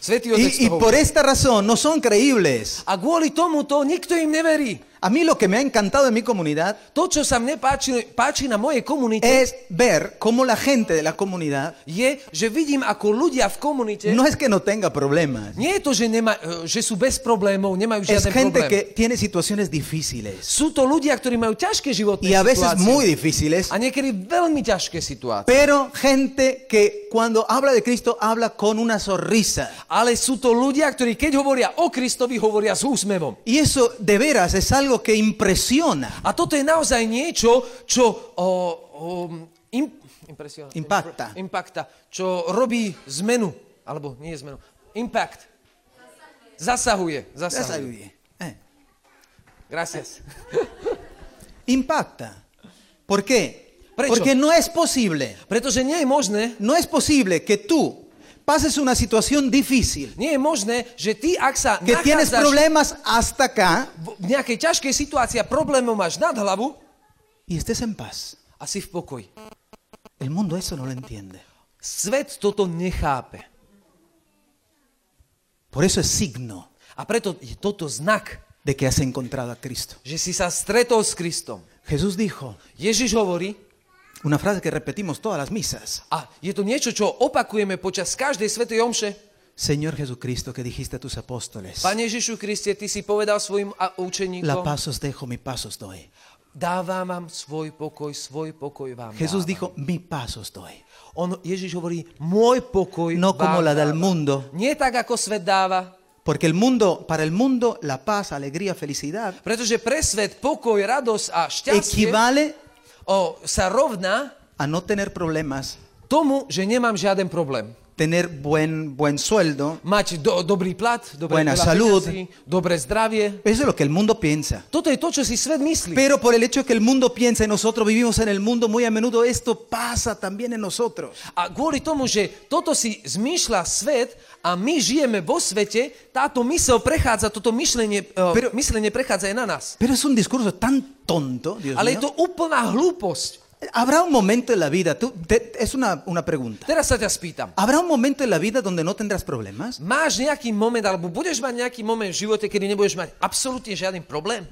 S3: Svetý otec
S2: Y, y
S3: to hovorí.
S2: por esta razón no son creíbles.
S3: A kvôli tomuto nikto im neverí.
S2: A mí lo que me ha encantado en mi comunidad
S3: To, čo sa mne páči, páči na mojej komunite,
S2: es ver cómo la gente de la comunidad
S3: je, že vidím, ako ľudia v komunite
S2: no es que no tenga problemas,
S3: Nie je to, že, nema, e, že sú bez problémov,
S2: es
S3: nemajú žiaden
S2: gente
S3: problém.
S2: que tiene situaciones difíciles
S3: Sú to ľudia, ktorí majú ťažké
S2: y
S3: životné
S2: a veces
S3: situácie.
S2: muy difíciles,
S3: A niekedy veľmi ťažké situácie.
S2: pero gente que cuando habla de Cristo habla con una sonrisa.
S3: Ale sú to ľudia, ktorí keď hovoria o Kristovi, hovoria s úsmevom.
S2: Y eso de veras es algo que impresiona,
S3: A toto je naozaj niečo, čo o, o, im, impresiona-
S2: Impacta.
S3: impacta, čo robí zmenu, alebo nie zmenu, impact. Zasahuje. Zasahuje.
S2: Eh,
S3: Gracias.
S2: impacta. ¿Por qué?
S3: Precho.
S2: Porque no es posible,
S3: Pretože nie je možné,
S2: no es posible que tú pases una situación difícil,
S3: nie je možné, že ty, ak sa
S2: que tienes
S3: nachádzaš
S2: problemas hasta acá
S3: v v nejakej ťažkej situácii a problémov máš nad hlavu
S2: y estés en paz.
S3: a si v pokoji.
S2: El mundo eso no lo entiende.
S3: Svet toto nechápe.
S2: Por eso es signo
S3: A preto je toto znak,
S2: de que has encontrado a Cristo.
S3: že si sa stretol s Kristom.
S2: Jesús dijo,
S3: Ježiš hovorí,
S2: Una frase que repetimos todas las misas.
S3: A je to niečo, čo opakujeme počas každej svätej omše.
S2: Señor Jesucristo, que dijiste a tus apóstoles,
S3: Pane Ježišu Kriste, Ty si povedal svojim a-
S2: la
S3: učeníkom,
S2: paz os dejo, mi paz os doy.
S3: dávam vám svoj pokoj, svoj pokoj vám
S2: Jesús
S3: dávam.
S2: dijo, mi paz os doy.
S3: On, Ježiš hovorí, môj pokoj
S2: No
S3: vám
S2: como la del
S3: dávam."
S2: mundo.
S3: Nie tak, ako svet dáva,
S2: Porque el mundo, para el mundo, la paz, alegría, felicidad
S3: pretože pre svet pokoj, radosť a šťastie
S2: equivale
S3: o, sa rovná
S2: a no tener problemas,
S3: tomu, že nemám žiaden problém.
S2: tener buen, buen sueldo.
S3: Mať do, dobrý plat, dobré,
S2: Buena
S3: veľa
S2: salud.
S3: peňazí, dobré zdravie.
S2: Eso es lo que el mundo piensa.
S3: Toto je to, čo si svet myslí.
S2: Pero por el hecho que el mundo piensa y nosotros vivimos en el mundo, muy a menudo esto pasa también en nosotros.
S3: A kvôli tomu, že toto si zmýšľa svet a my žijeme vo svete, táto mysel prechádza, toto myšlenie,
S2: Pero-
S3: Pero, myslenie prechádza aj na nás.
S2: Pero es un discurso tan tonto, Dios mío.
S3: Ale je to úplná hlúposť.
S2: Habrá un momento en la vida, tú- te- es una, una pregunta.
S3: Teraz sa ťa spýtam.
S2: ¿Habrá un momento en la vida donde no tendrás problemas?
S3: Máš nejaký moment, alebo budeš mať nejaký moment v živote, kedy nebudeš mať absolútne žiaden problém?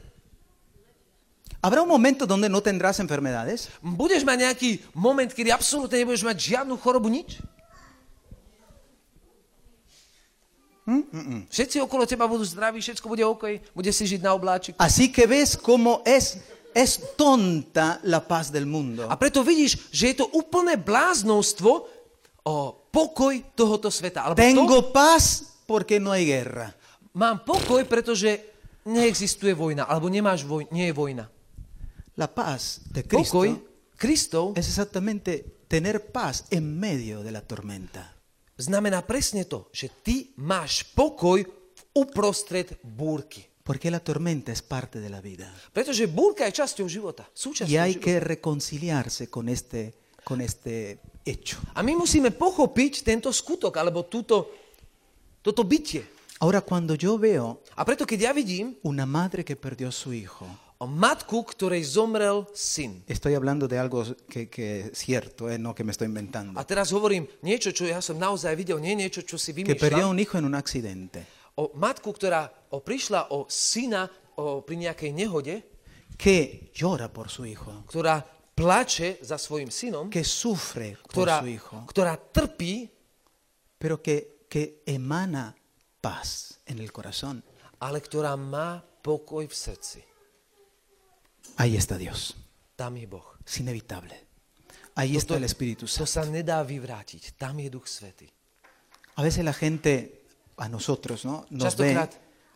S2: ¿Habrá un momento donde no tendrás enfermedades?
S3: Budeš mať nejaký moment, kedy absolútne nebudeš mať žiadnu chorobu, nič? Všetci okolo teba budú zdraví, všetko bude OK, bude si žiť na obláčiku.
S2: Así que ves cómo es, es tonta la paz del mundo.
S3: A preto vidíš, že je to úplné bláznostvo o pokoj tohoto sveta. Alebo to,
S2: Tengo paz porque no hay guerra.
S3: mám pokoj, pretože neexistuje vojna, alebo nemáš voj, nie je vojna.
S2: La paz de Cristo
S3: Pokoj Kristov
S2: es exactamente tener paz en medio de la tormenta.
S3: znamená presne to, že ty máš pokoj v uprostred búrky.
S2: Porque la tormenta es parte de la vida.
S3: Pretože búrka je časťou života, súčasťou
S2: Y hay
S3: života.
S2: que reconciliarse con este, con este hecho.
S3: A my musíme pochopiť tento skutok, alebo túto, toto bytie.
S2: Ahora, cuando yo veo
S3: A preto, keď ja vidím
S2: una madre que perdió a su hijo,
S3: o matku, ktorej zomrel syn,
S2: estoy hablando de algo que, que es cierto, eh, no que me estoy inventando,
S3: A teraz hovorím niečo, čo ja som naozaj videl, nie niečo, čo si
S2: que perdió a
S3: vymýšľam.
S2: un hijo en un accidente,
S3: O matku, ktorá o, prišla o syna o, pri nejakej nehode,
S2: que llora por su hijo,
S3: ktorá plače za svojim synom,
S2: que sufre por
S3: ktorá,
S2: su hijo,
S3: ktorá trpí,
S2: pero que, que emana paz en el corazón.
S3: ale ktorá má pokoj v srdci.
S2: Ahí está Dios,
S3: Tam je Boh.
S2: es inevitable. Ahí está el Espíritu
S3: To
S2: Santo.
S3: sa nedá vyvrátiť. Tam je Duch Svety.
S2: A veces la gente, a nosotros, ¿no? Nos ve,
S3: Častokrát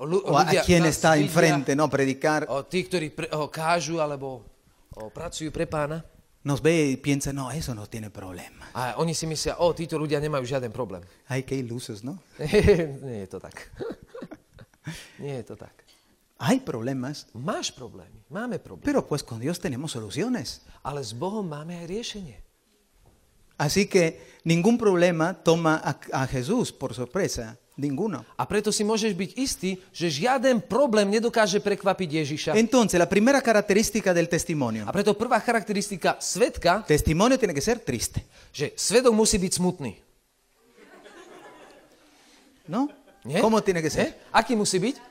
S3: lu-
S2: o a, a
S3: ľudia
S2: quien
S3: nás
S2: está
S3: vidia,
S2: enfrente, ¿no? Predicar,
S3: o, tí, ktorí pre, o, kážu alebo o, pracujú pre pána,
S2: nos ve y piensa, no, eso no tiene problema.
S3: a oni si myslia, o, títo ľudia nemajú žiaden problém.
S2: Ay, qué ilusos, ¿no?
S3: Nie je to tak. Nie je to tak.
S2: Hay problemas,
S3: Máš problémy, máme problémy,
S2: pero pues con Dios tenemos soluciones.
S3: ale s Bohom máme aj riešenie.
S2: Así que ningún problema toma a, a Jesús por sorpresa, ninguno.
S3: A preto si môžeš byť istý, že žiaden problém nedokáže prekvapiť Ježiša.
S2: Entonces, la primera característica del testimonio.
S3: A preto prvá charakteristika svetka,
S2: Testimonio tiene que ser triste,
S3: že svedok musí byť smutný.
S2: ¿no?
S3: Nie?
S2: ¿Cómo tiene que
S3: Nie?
S2: ser?
S3: Aký musí byť?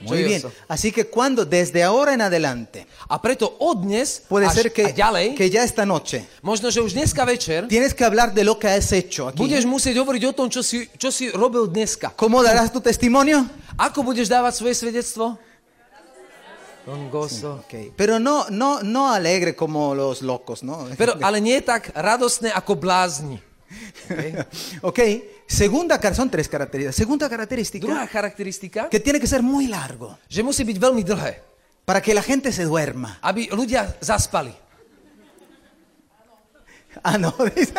S2: Muy bien.
S3: Joyoso.
S2: Así que cuando, desde ahora en adelante,
S3: A preto od dnes
S2: puede
S3: až
S2: ser que,
S3: a ďalej,
S2: que ya esta noche
S3: možno, že už dneska večer,
S2: Tienes que hablar de lo que has hecho aquí.
S3: budeš musieť hovoriť o tom, čo si, čo si robil dneska.
S2: ¿Cómo darás tu testimonio?
S3: Ako budeš dávať svoje svedectvo? Don gozo.
S2: Ok. Pero no, no, no alegre como los locos, ¿no?
S3: Pero, ale nie tak radostné ako blázni.
S2: ok. Segunda car- son tres características. Segunda característica
S3: Druhá charakteristika,
S2: que tiene que ser muy largo
S3: že musí byť veľmi dlhé,
S2: para que la gente se duerma.
S3: aby ľudia zaspali.
S2: Ah, no. dice.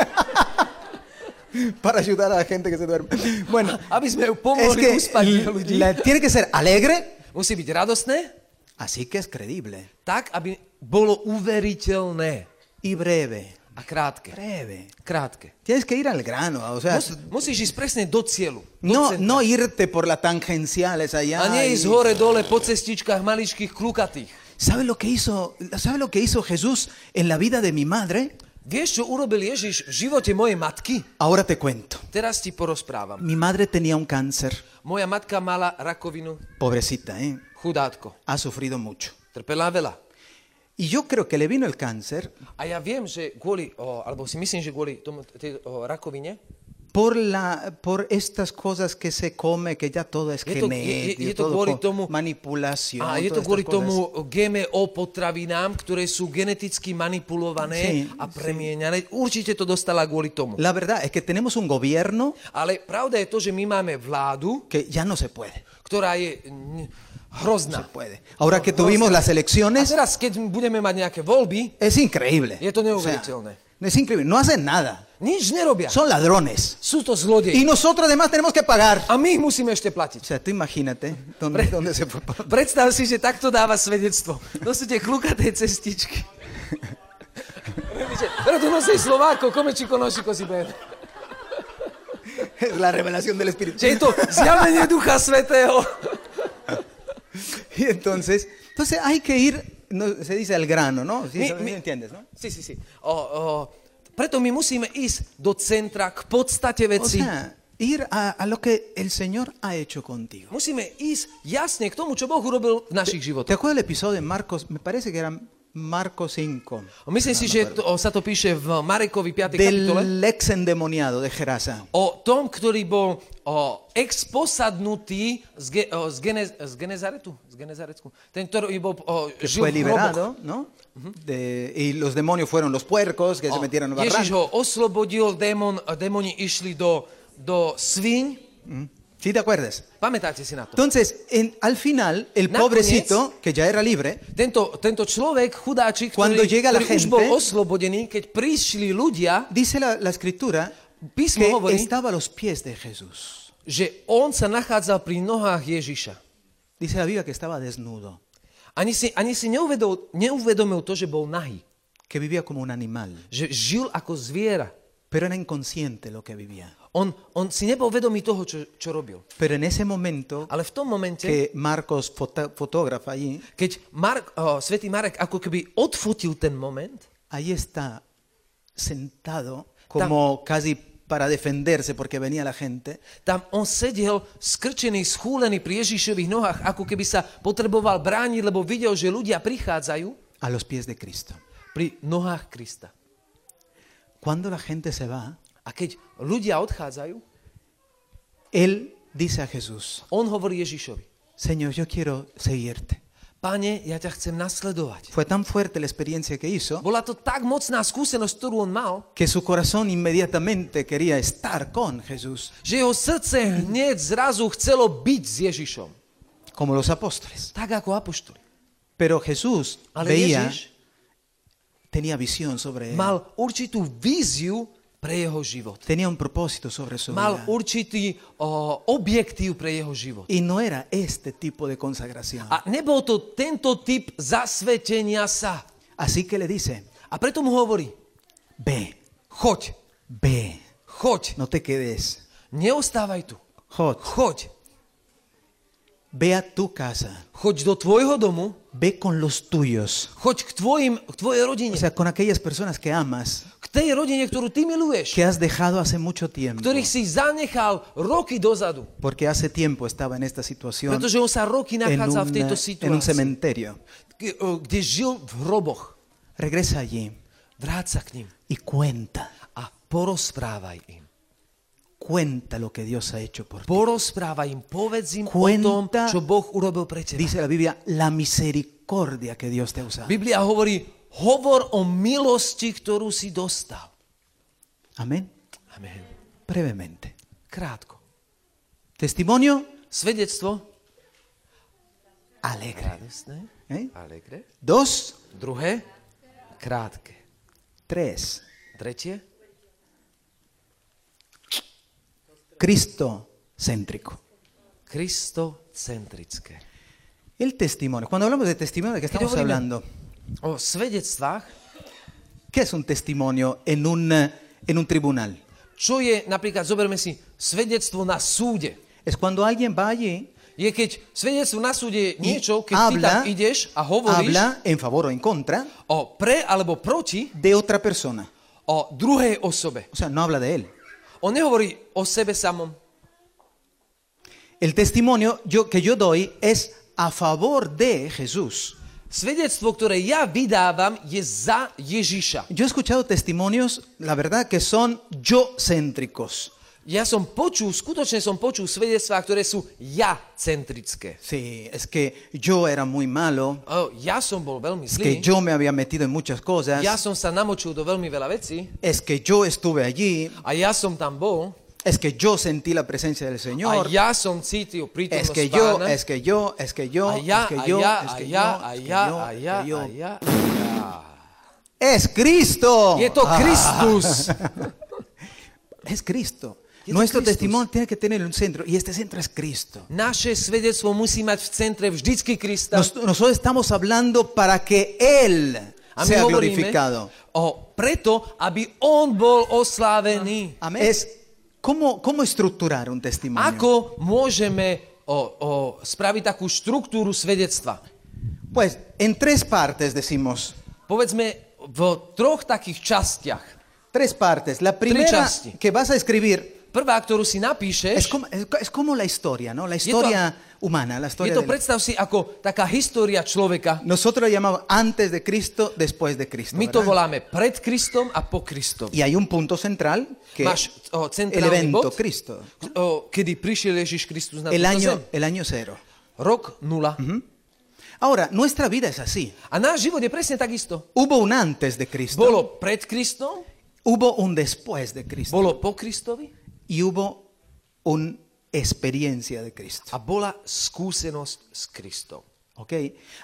S2: para ayudar a la gente que se duerme. Bueno,
S3: Aby sme ju
S2: es
S3: pomohli uspať
S2: que
S3: ľudí.
S2: la- tiene que ser alegre,
S3: Musí byť radostné,
S2: así que es creíble
S3: tak, aby bolo uveriteľné
S2: y breve,
S3: a krátke.
S2: breve.
S3: Krátke.
S2: Tienes que ir al grano, o sea,
S3: Mus, musíš ísť presne do cieľu. Do
S2: No,
S3: centra.
S2: no irte por las tangenciales allá.
S3: A
S2: y-
S3: nie ísť hore dole po cestičkách maličkých klukatých.
S2: ¿Sabe lo que hizo? ¿Sabe lo que hizo Jesús en la vida de mi madre?
S3: Vieš, čo urobil Ježiš v živote mojej matky?
S2: Ahora te cuento.
S3: Teraz ti porozprávam.
S2: Mi madre tenía un cáncer,
S3: Moja matka mala rakovinu,
S2: pobrecita, ¿eh?
S3: chudátko.
S2: Ha sufrido mucho.
S3: Trpela veľa.
S2: I jo creo que le vino el cáncer
S3: A ja viem, že kvôli, o, alebo si myslím, že kvôli tomu, tej, o, rakovine,
S2: por, la, por estas cosas que se come, que ya todo es
S3: Je to- je- je-
S2: genético,
S3: je to
S2: todo
S3: kvôli
S2: con
S3: tomu-
S2: manipulación.
S3: A je to
S2: todas
S3: kvôli
S2: estas cosas.
S3: tomu GMO potravinám, ktoré sú geneticky manipulované
S2: Sí,
S3: a premieňané. Určite to dostala kvôli tomu.
S2: La verdad es que tenemos un gobierno
S3: Ale pravda je to, že my máme vládu,
S2: que ya no se puede.
S3: ktorá je mm, hrozná.
S2: puede. Ahora que tuvimos las
S3: A
S2: elecciones,
S3: teraz, keď budeme mať nejaké voľby,
S2: es increíble.
S3: Je
S2: O
S3: to
S2: sea,
S3: neuveriteľné.
S2: es increíble. No hacen nada.
S3: nič nerobia.
S2: Son ladrones.
S3: Sú to
S2: Y
S3: zlodeji.
S2: nosotros además tenemos que pagar.
S3: A my ich musíme
S2: O
S3: ešte platiť.
S2: sea, tú imagínate dónde, dónde se fue.
S3: Predstav si, že takto dáva svedectvo. Nosíte klukaté cestičky. Preto nosí Slováko, come ci conosci così bene.
S2: Es la revelación del Espíritu.
S3: Že je to zjavenie Ducha Svetého.
S2: Y entonces, entonces hay que ir, no, se dice al grano, ¿no? Sí,
S3: Mi-
S2: ¿sabes?
S3: mi-
S2: entiendes, ¿no?
S3: Sí, sí, sí. O, o, preto my musíme ísť do centra, k podstate
S2: O
S3: veci.
S2: sea, ir a, a lo que el Señor ha hecho contigo.
S3: Musíme ísť jasne k tomu, čo Boh urobil v našich
S2: ¿Te
S3: životoch.
S2: acuerdas del episodio de Marcos? Me parece que era Marcos 5.
S3: Myslím si, že to, sa to píše v Marekovi 5. kapitole.
S2: Del ex endemoniado de Gerasa.
S3: O tom, ktorý bol o, ex posadnutý z, ge, o, z, Gene, z Genezaretu. Z Genezarecku. Ten, ktorý bol o, žil
S2: Fue
S3: v hroboch.
S2: liberado, ¿no? De- y los demonios fueron los puercos que se
S3: O,
S2: metieron en el
S3: Ježiš
S2: barranco.
S3: ho oslobodil, démon, démoni išli do, do svíň.
S2: ¿Sí te acuerdas?
S3: Pamätáte si na to?
S2: Entonces, en- al final, el
S3: Nakonec-
S2: pobrecito, que ya era libre,
S3: Tento, tento človek, chudáčik,
S2: Cuando
S3: ktorý,
S2: llega la
S3: ktorý už bol
S2: gente-
S3: oslobodený, keď prišli ľudia,
S2: dice la, la escritura
S3: Písmo
S2: que
S3: hovorí-
S2: estaba a los pies de Jesús.
S3: že on sa nachádzal pri nohách Ježiša.
S2: Dice la Biblia que estaba desnudo,
S3: Ani si, ani si neuvedol, neuvedomil to, že bol nahý.
S2: que vivía como un animal,
S3: Že žil ako zviera.
S2: pero era inconsciente lo que vivía.
S3: On, on si nebol vedomý toho, čo, čo robil.
S2: Pero en ese momento
S3: Ale v tom momente,
S2: que Marcos foto- fotógrafa allí,
S3: keď Mark, o, svätý Marek ako keby odfotil ten moment,
S2: ahí está sentado como casi para defenderse porque venía la gente.
S3: tam on sedel skrčený, schúlený pri Ježišových nohách, ako keby sa potreboval brániť, lebo videl, že ľudia prichádzajú
S2: a los pies de Cristo.
S3: pri nohách Krista.
S2: Cuando la gente se va,
S3: A keď ľudia odchádzajú,
S2: Él dice a Jesús,
S3: on hovorí Ježišovi,
S2: Señor, yo quiero seguirte.
S3: Pane, ja ťa chcem nasledovať.
S2: Fue tan fuerte la experiencia que hizo
S3: Bola to tak mocná skúsenosť, ktorú on mal,
S2: que su corazón inmediatamente quería estar con Jesús,
S3: že jeho srdce hneď zrazu chcelo byť s Ježišom.
S2: como los apóstoles.
S3: Tak ako apoštoli.
S2: Pero Jesús
S3: Ale
S2: veía,
S3: Ježiš
S2: tenía visión sobre él,
S3: mal určitú víziu pre jeho život.
S2: tenía un propósito sobre su
S3: Mal
S2: vida.
S3: určitý o, objektív pre jeho život.
S2: Y no era este tipo de consagración.
S3: A nebol to tento typ zasvetenia sa.
S2: Así que le dice,
S3: A preto mu hovorí,
S2: ve,
S3: choď,
S2: ve,
S3: choď,
S2: no te quedes.
S3: neostávaj tu.
S2: Jot,
S3: Choď,
S2: ve a tu casa,
S3: choď do tvojho domu,
S2: ve con los tuyos.
S3: choď k, tvojim, k tvojej rodine,
S2: O sea, con aquellas personas que amas,
S3: k tej rodine, ktorú ty miluješ,
S2: que has dejado hace mucho tiempo,
S3: ktorých si zanechal roky dozadu.
S2: porque hace tiempo estaba en esta situación,
S3: Pretože on sa roky
S2: en
S3: nachádzal v
S2: un,
S3: tejto
S2: eh, en un
S3: situácii,
S2: cementerio.
S3: k- o, kde žil v hroboch.
S2: Regresa allí
S3: Vráť sa k ním
S2: y cuenta,
S3: a porozprávaj im.
S2: cuenta lo que Dios ha hecho por ti.
S3: Porozprávaj im, povedz im
S2: Cuenta-
S3: o tom, čo Boh urobil pre teba.
S2: Dice la Biblia, la misericordia que Dios te ha usado.
S3: Biblia hovorí, hovor o milosti, ktorú si dostal.
S2: Amén.
S3: Amen.
S2: Brevemente.
S3: Krátko.
S2: Testimonio
S3: Svedectvo.
S2: alegre.
S3: Radostné.
S2: ¿eh?
S3: Alegre.
S2: Dos,
S3: Druhé. Krátke.
S2: tres.
S3: Tretie.
S2: Cristo céntrico.
S3: Kristocentrické.
S2: El testimonio. Cuando hablamos de testimonio, ¿de qué estamos
S3: hovoríme?
S2: hablando?
S3: O svedectvách,
S2: ¿Qué es un testimonio en un, eh, en un tribunal?
S3: čo je, napríklad, zoberme si svedectvo na súde.
S2: Es cuando alguien va allí
S3: Je keď svedectvo na súde
S2: y
S3: je niečo, keď ty tam
S2: habla,
S3: ideš a hovoríš
S2: habla en favor o en contra
S3: o pre alebo proti
S2: de otra persona.
S3: o druhej osobe.
S2: O sea, no habla de él.
S3: On nehovorí o sebe samom.
S2: El testimonio yo- que yo doy es a favor de Jesús.
S3: Svedectvo, ktoré ja vydávam, je za Ježiša.
S2: Yo he escuchado testimonios, la verdad, que son yo céntricos.
S3: Ja som počul, skutočne som počul svedectvá, ktoré sú ja-centrické.
S2: Sí, es que yo era muy malo,
S3: O, ja som bol veľmi
S2: es que
S3: zlý,
S2: yo me había metido en muchas cosas,
S3: ja som sa namočil do veľmi veľa vecí
S2: es que yo estuve allí,
S3: a ja som tam bol
S2: es que yo sentí la presencia del
S3: a
S2: Señor,
S3: ja som
S2: es
S3: cítil prítomnosť
S2: que yo,
S3: pána.
S2: es que yo, es que yo,
S3: A
S2: es
S3: ja,
S2: que
S3: a
S2: yo,
S3: ja,
S2: es
S3: a
S2: que
S3: ja,
S2: yo,
S3: a
S2: es que
S3: ja,
S2: yo,
S3: a
S2: es que
S3: ja,
S2: yo.
S3: a ja.
S2: Es Cristo.
S3: Je to
S2: Ah,
S3: Kristus.
S2: es Cristo.
S3: Y esto
S2: Nuestro
S3: Cristo.
S2: testimonio tiene que tener un centro y este centro es Cristo.
S3: Naše svedectvo musí mať v centre vždycky Krista.
S2: Nos- nosotros estamos hablando para que Él
S3: A my
S2: sea
S3: hovoríme
S2: glorificado.
S3: o preto, aby on bol oslávený.
S2: Amén. Es cómo, cómo estructurar un testimonio.
S3: Ako môžeme o, o, spraviť takú štruktúru svedectva?
S2: Pues en tres partes decimos.
S3: Povedzme v troch takých častiach.
S2: Tres partes. La primera
S3: chasti.
S2: que vas a escribir
S3: Prvá, ktorú si
S2: es
S3: napíšeš,
S2: como, es, es como la historia, ¿no? La
S3: to-
S2: historia humana, la
S3: je
S2: historia de
S3: to,
S2: la-
S3: predstav si, ako taká história človeka.
S2: Nosotros la llamamos antes de Cristo, después de Cristo.
S3: My to
S2: ¿verdad?
S3: voláme pred Kristom a po Kristom.
S2: Y hay un punto central que
S3: Máš
S2: el
S3: o, centrálny
S2: evento
S3: bod,
S2: Cristo.
S3: o, kedy prišiel Ježiš Kristus na
S2: El
S3: túto
S2: año, Mhm.
S3: zem.
S2: el año cero.
S3: Rok nula.
S2: Ahora, nuestra vida es así.
S3: A náš život je presne takisto.
S2: Hubo un antes de Cristo,
S3: Bolo pred Kristom,
S2: hubo un después de Cristo
S3: bolo po Kristovi
S2: y hubo una experiencia de Cristo.
S3: a bola skúsenosť s Kristom.
S2: ¿ok?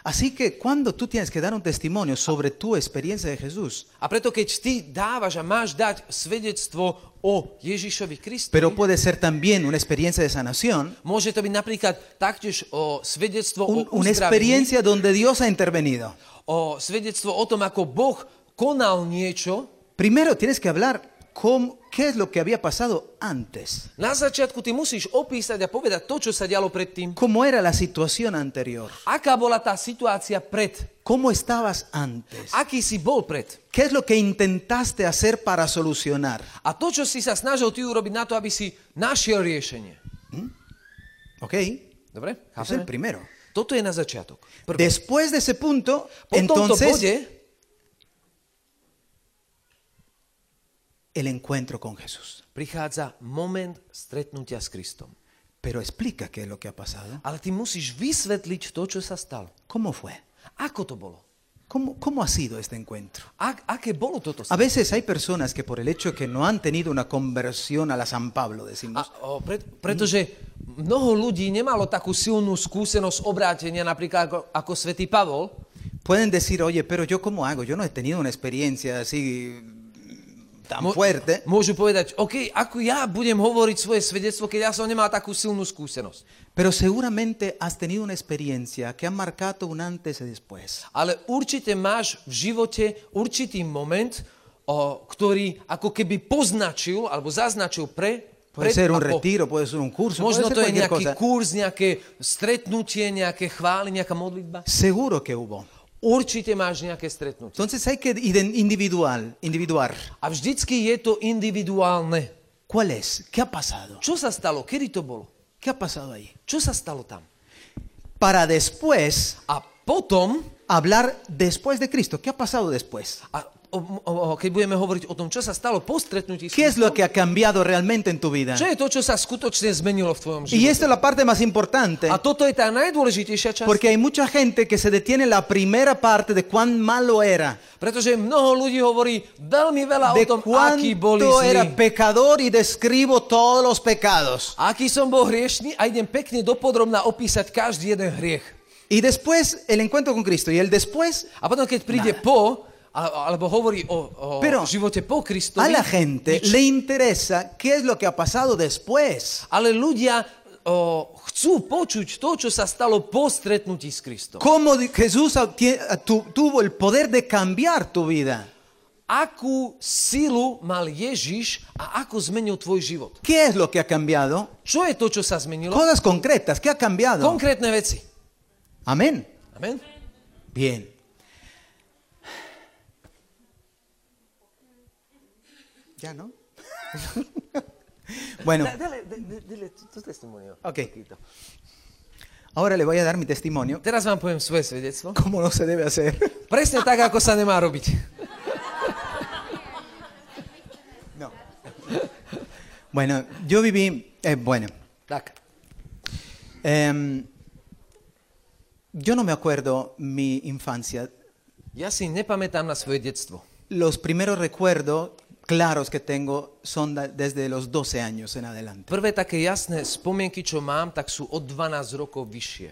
S2: Así que cuando tú tienes que dar un testimonio sobre tu experiencia de Jesús,
S3: A preto keď ty dávaš a máš dať svedectvo o Ježišovi Kristovi,
S2: pero puede ser también una experiencia de sanación,
S3: môže to byť napríklad taktiež o svedectvo
S2: un-
S3: o
S2: una
S3: uzdravení,
S2: experiencia donde Dios ha intervenido.
S3: o svedectvo o tom, ako Boh konal niečo.
S2: Primero tienes que hablar cómo- qué es lo que había pasado antes,
S3: Na začiatku ty musíš opísať a povedať to, čo sa dialo predtým.
S2: cómo era la situación anterior,
S3: Aká bola tá situácia pred?
S2: cómo estabas antes.
S3: Aký si bol pred?
S2: ¿Qué es lo que intentaste hacer para solucionar?
S3: A to, čo si sa snažil ty urobiť na to, aby si našiel riešenie.
S2: ¿Ok? Es
S3: Dobre?
S2: el
S3: Chápeme?
S2: primero.
S3: Toto je na začiatok. Prvé.
S2: Después de ese punto,
S3: Po tomto bode
S2: entonces, el encuentro con Jesús.
S3: prichádza moment stretnutia s Kristom.
S2: Pero explica qué es lo que ha pasado.
S3: Ale ty musíš vysvetliť to, čo sa stalo.
S2: ¿Cómo fue?
S3: Ako to bolo?
S2: ¿Cómo, cómo ha sido este encuentro?
S3: Ak, aké bolo toto
S2: A
S3: stalo?
S2: veces hay personas que por el hecho que no han tenido una conversión a la San Pablo,
S3: A,
S2: decimos,
S3: o, pred, pretože mnoho ľudí nemalo takú silnú skúsenosť obrátenia, napríklad ako, ako svätý Pavol.
S2: pueden decir, oye, pero yo cómo hago? Yo no he tenido una experiencia así mm, tan
S3: Mo-
S2: fuerte.
S3: Môžu povedať, OK, ako ja budem hovoriť svoje svedectvo, keď ja som nemal takú silnú skúsenosť.
S2: Pero seguramente has tenido una experiencia que ha marcado un antes y después.
S3: Ale určite máš v živote určitý moment, o, ktorý ako keby poznačil alebo zaznačil pre...
S2: Puede
S3: pred
S2: ser un
S3: a po.
S2: retiro, puede ser un curso, puede
S3: Možno
S2: ser
S3: to je
S2: cualquier
S3: nejaký
S2: cosa.
S3: kurz, nejaké stretnutie, nejaké chvály, nejaká modlitba.
S2: Seguro que hubo.
S3: Určite máš nejaké stretnutie.
S2: Entonces hay que iden- individual, individuar.
S3: A vždycky je to individuálne.
S2: ¿Cuál es? ¿Qué ha pasado?
S3: Čo sa stalo? Kedy to bolo?
S2: ¿Qué ha pasado ahí?
S3: Čo sa stalo tam?
S2: Para después
S3: A potom,
S2: hablar después de Cristo. ¿Qué ha pasado después?
S3: a, o, o, o, keď budeme hovoriť o tom, čo sa stalo po stretnutí, s
S2: ¿Qué es lo
S3: Kristom,
S2: que ha cambiado realmente en tu vida?
S3: čo je to, čo sa skutočne zmenilo v tvojom
S2: Y
S3: živote?
S2: esta es la parte más importante.
S3: A toto je tá najdôležitejšia časť.
S2: Porque hay mucha gente que se detiene en la primera parte de cuán malo era.
S3: Pretože mnoho ľudí hovorí veľmi veľa o
S2: de
S3: tom, aký boli
S2: cuánto era
S3: zlí.
S2: pecador y describo todos los pecados.
S3: Aký som bol hriešný a idem pekne dopodrobná opísať každý jeden hriech.
S2: Y después el encuentro con Cristo. Y el después
S3: A potom, keď príde po, a- alebo hovorí o, o
S2: Pero
S3: živote po
S2: a
S3: Kristovi,
S2: la gente
S3: nič.
S2: le interesa qué es lo que ha pasado después.
S3: ale ľudia o, chcú počuť to, čo sa stalo po stretnutí s Kristom.
S2: Cómo di- Jesús obtie- tu- tuvo el poder de cambiar tu vida.
S3: Akú silu mal Ježiš a ako zmenil tvoj život.
S2: ¿Qué es lo que ha cambiado?
S3: Čo je to, čo sa zmenilo?
S2: Cosas concretas. ¿Qué ha cambiado?
S3: Konkrétne veci.
S2: Amén.
S3: Amen.
S2: Bien. ¿Ya no? bueno, Eh,
S3: Dale, dale, dale tu, tu testimonio.
S2: Ok.
S3: Poquito.
S2: Ahora le voy a dar mi testimonio,
S3: Teraz vám poviem svoje svedectvo.
S2: cómo no se debe hacer.
S3: Presne tak, ako sa nemá robiť.
S2: No. Bueno, yo viví, eh, bueno,
S3: Tak.
S2: em, yo no me acuerdo mi infancia.
S3: Ja si nepamätám na svoje detstvo.
S2: Los primeros recuerdos claros que tengo son da- desde los 12 años en adelante.
S3: Prvé také jasné spomienky, čo mám, tak sú od 12 rokov vyššie.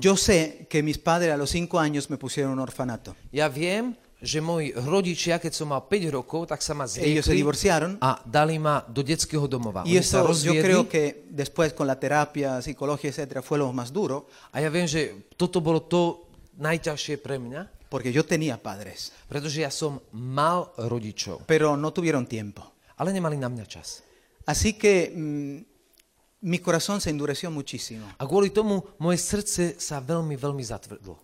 S2: Yo sé que mis padres a los 5 años me pusieron en un orfanato.
S3: Ja viem, že moji rodičia, keď som mal 5 rokov, tak sa ma
S2: Ellos se
S3: zriekli
S2: divorciaron
S3: a dali ma do detského domova.
S2: ah, y
S3: Oni sa
S2: eso yo
S3: rozviedli
S2: creo que después con la terapia, psicología, etcétera, fue lo más duro
S3: a ja viem, že toto bolo to najťažšie pre mňa,
S2: porque yo tenía padres,
S3: pretože ja som mal rodičov,
S2: pero no tuvieron tiempo.
S3: ale nemali na mňa čas.
S2: Así que mm, mi corazón se endureció muchísimo.
S3: A kvôli tomu moje srdce sa veľmi, veľmi zatvrdlo.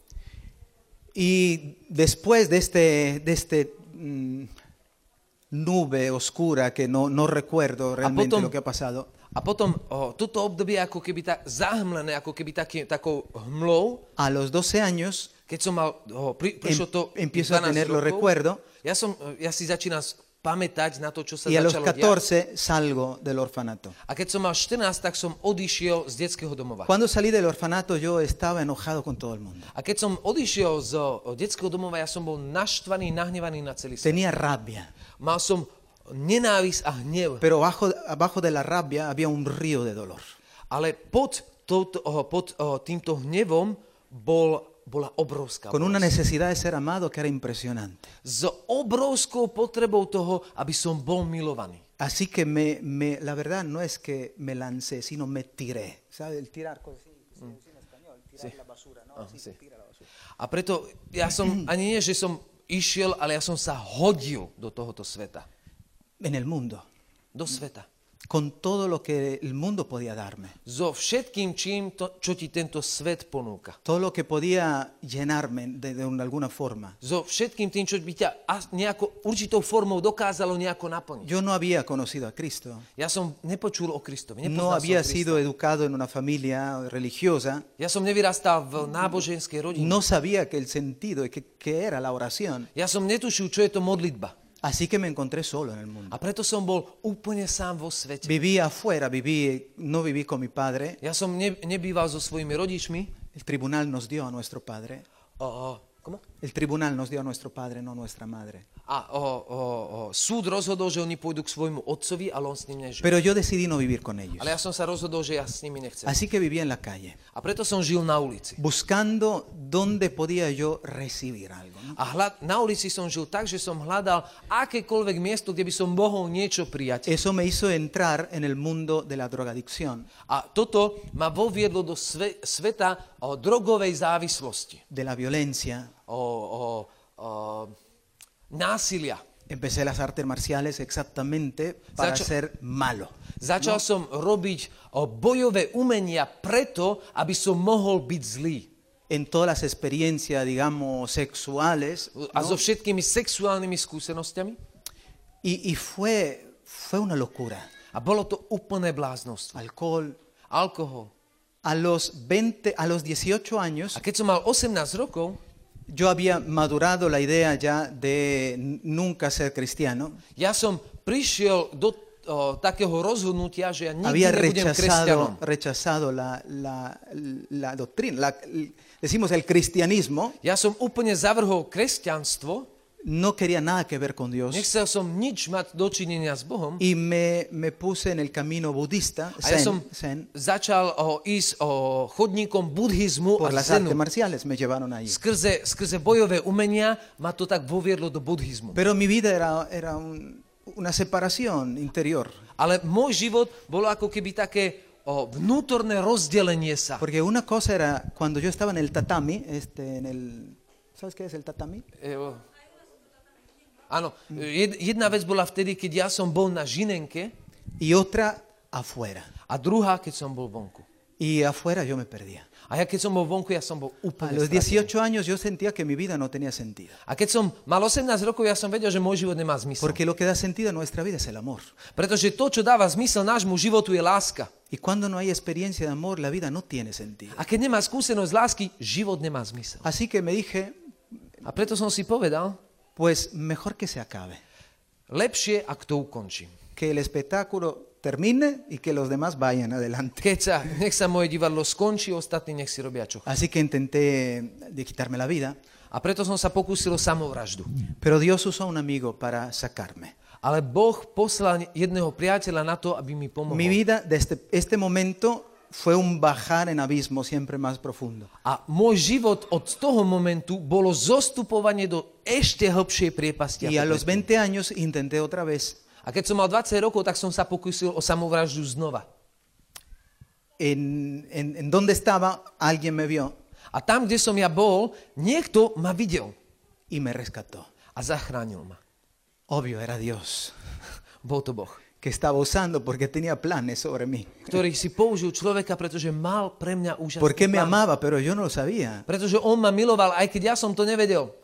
S2: Y después de este, de este mm, nube oscura que no, no recuerdo realmente
S3: potom-
S2: lo que ha pasado,
S3: A potom o, toto obdobie ako keby tak zahmlené, ako keby taký, takou hmlou,
S2: a los 12 años
S3: keď som mal, o, pri, prišlo to
S2: Em- empiezo a
S3: 12
S2: tener los
S3: rokov,
S2: recuerdos.
S3: ja, som, e, ja si začínam s- pamätať na to, čo sa
S2: y a los
S3: začalo
S2: 14
S3: diať.
S2: salgo del orfanato.
S3: A keď som mal 14, tak som odišiel z detského domova.
S2: Cuando salí del orfanato yo estaba enojado con todo el mundo.
S3: A keď som odišiel z o, detského domova, ja som bol naštvaný, nahnevaný na celý svet.
S2: Tenía rabia,
S3: Mal som nenávisť a hnev.
S2: pero abajo, abajo de la rabia había un río de dolor.
S3: Ale pod, touto, o, pod o, týmto hnevom bol, bola obrovská
S2: Con una
S3: bolesť.
S2: necesidad de ser amado que era impresionante.
S3: s obrovskou potrebou toho, aby som bol milovaný.
S2: Así que me, me- la verdad no es que me lancé, sino me tiré. ¿Sabe? El tirar, cosas así, que se dice en español, tirar la basura, ¿no? Así, tira la basura.
S3: A preto ja som, ani nie, že som išiel, ale ja som sa hodil do tohoto sveta.
S2: En el mundo,
S3: Do sveta.
S2: con todo lo que el mundo podía darme,
S3: So všetkým, čím to, čo ti tento svet ponúka.
S2: todo lo que podía llenarme de, de un- alguna forma.
S3: So všetkým tým, čo by ťa a- nejako, určitou formou dokázalo nejako naplniť.
S2: Yo no había conocido a Cristo,
S3: Ja som nepočul o
S2: no
S3: Kristovi, nepoznal
S2: había
S3: som Krista.
S2: sido educado en una familia religiosa,
S3: Ja som nevyrastal v náboženskej rodine.
S2: no sabía que el sentido y que, que era la oración,
S3: Ja som netušil, čo je to modlitba.
S2: así que me encontré solo en el
S3: A
S2: mundo.
S3: preto som bol úplne sám vo svete.
S2: Vivía afuera, viví, no viví con mi padre,
S3: Ja som ne, nebýval so svojimi rodičmi.
S2: El tribunal nos dio a nuestro padre.
S3: O, o, komu?
S2: El tribunal nos dio a nuestro padre, no a nuestra madre.
S3: A o, o, o, súd rozhodol, že oni pôjdu k svojmu otcovi, ale on s ním nežil.
S2: Pero yo decidí no vivir con ellos.
S3: Ale ja som sa rozhodol, že ja s nimi nechcem.
S2: Así que vivía en la calle,
S3: A preto som žil na ulici.
S2: buscando dónde podía yo recibir algo. ¿no?
S3: A hľad, na ulici som žil tak, že som hľadal akékoľvek miesto, kde by som mohol niečo prijať.
S2: Eso me hizo entrar en el mundo de la drogadicción,
S3: A toto ma voviedlo do sve, sveta o, drogovej závislosti,
S2: de la violencia.
S3: o, o, o, násilia.
S2: Empecé las artes marciales exactamente para
S3: Sacho-
S2: ser malo.
S3: Začal som robiť o, bojové umenia preto, aby som mohol byť zlý.
S2: En todas las experiencias, digamos, sexuales.
S3: A
S2: ¿no?
S3: so všetkými sexuálnymi skúsenostiami.
S2: Y, y fue, fue una locura.
S3: A bolo to úplné bláznostvo.
S2: Alcohol,
S3: Alkohol.
S2: A los 20, a los 18
S3: A
S2: años,
S3: keď som mal 18 rokov,
S2: yo había madurado la idea ya de n- nunca ser cristiano.
S3: ja som prišiel do o, takého rozhodnutia, že ja nikdy
S2: Había
S3: nebudem
S2: rechazado,
S3: kresťanom.
S2: rechazado la, la- la doctrina, la- l- decimos el cristianismo,
S3: Ja som úplne zavrhol kresťanstvo,
S2: no quería nada que ver con Dios
S3: nechcel som nič mať dočinenia s Bohom
S2: y me, me puse en el camino budista,
S3: a
S2: zen,
S3: ja som
S2: zen,
S3: začal o, ísť o, chodníkom budhizmu
S2: por
S3: a
S2: las artes
S3: zenu.
S2: marciales, me llevaron allí.
S3: Skrze, skrze bojové umenia ma to tak voviedlo do budhizmu.
S2: Pero mi vida era, era un- una separación interior,
S3: Ale môj život bolo ako keby také o, vnútorné rozdelenie sa.
S2: porque una cosa era cuando yo estaba en el tatami, este, en el, ¿sabes qué es el tatami?
S3: E, o- Áno, jed- jedna vec bola vtedy, keď ja som bol na Žinenke
S2: y otra afuera.
S3: a druhá, keď som bol vonku.
S2: Y afuera yo me perdía.
S3: A ja keď som bol vonku, ja som bol
S2: A
S3: úplne
S2: los
S3: stratený.
S2: 18 años yo sentía que mi vida no tenía sentido.
S3: A keď som mal 18 rokov, ja som vedel, že môj život nemá zmysel.
S2: Porque lo que da sentido a nuestra vida es el amor.
S3: Pretože to, čo dáva zmysel nášmu životu, je láska.
S2: Y cuando no hay experiencia de amor, la vida no tiene sentido.
S3: A keď nemá skúsenosť lásky, život nemá zmysel.
S2: Así que me dije,
S3: A preto som si povedal,
S2: pues mejor que se acabe.
S3: lepšie, ak to ukončím.
S2: Que el espectáculo termine y que los demás vayan adelante.
S3: Keď sa, nech sa moje divadlo skončí, ostatní nech si robia čo. chcú.
S2: Así que intenté de quitarme la vida,
S3: A preto som sa pokúsil o samovraždu.
S2: pero Dios usó a un amigo para sacarme.
S3: Ale Boh poslal jedného priateľa na to, aby mi pomohol.
S2: Mi vida desde este momento fue un bajar en abismo siempre más profundo.
S3: A môj život od toho momentu bolo zostupovanie do ešte hlbšej priepasti.
S2: Y a
S3: ako
S2: los 20
S3: predtým.
S2: años intenté otra vez.
S3: a keď som mal 20 rokov, tak som sa pokúsil o samovraždu znova.
S2: En, en- en donde estaba, alguien me vio
S3: A tam, kde som ja bol, niekto ma videl
S2: y me rescató.
S3: a zachránil ma.
S2: Obvio, era Dios
S3: Bol to Boh,
S2: que estaba usando porque tenía planes sobre mí.
S3: ktorý si použil človeka, pretože mal pre mňa úžasný
S2: Porque me
S3: plán.
S2: amaba, pero yo no lo sabía.
S3: Pretože on ma miloval, aj keď ja som to nevedel.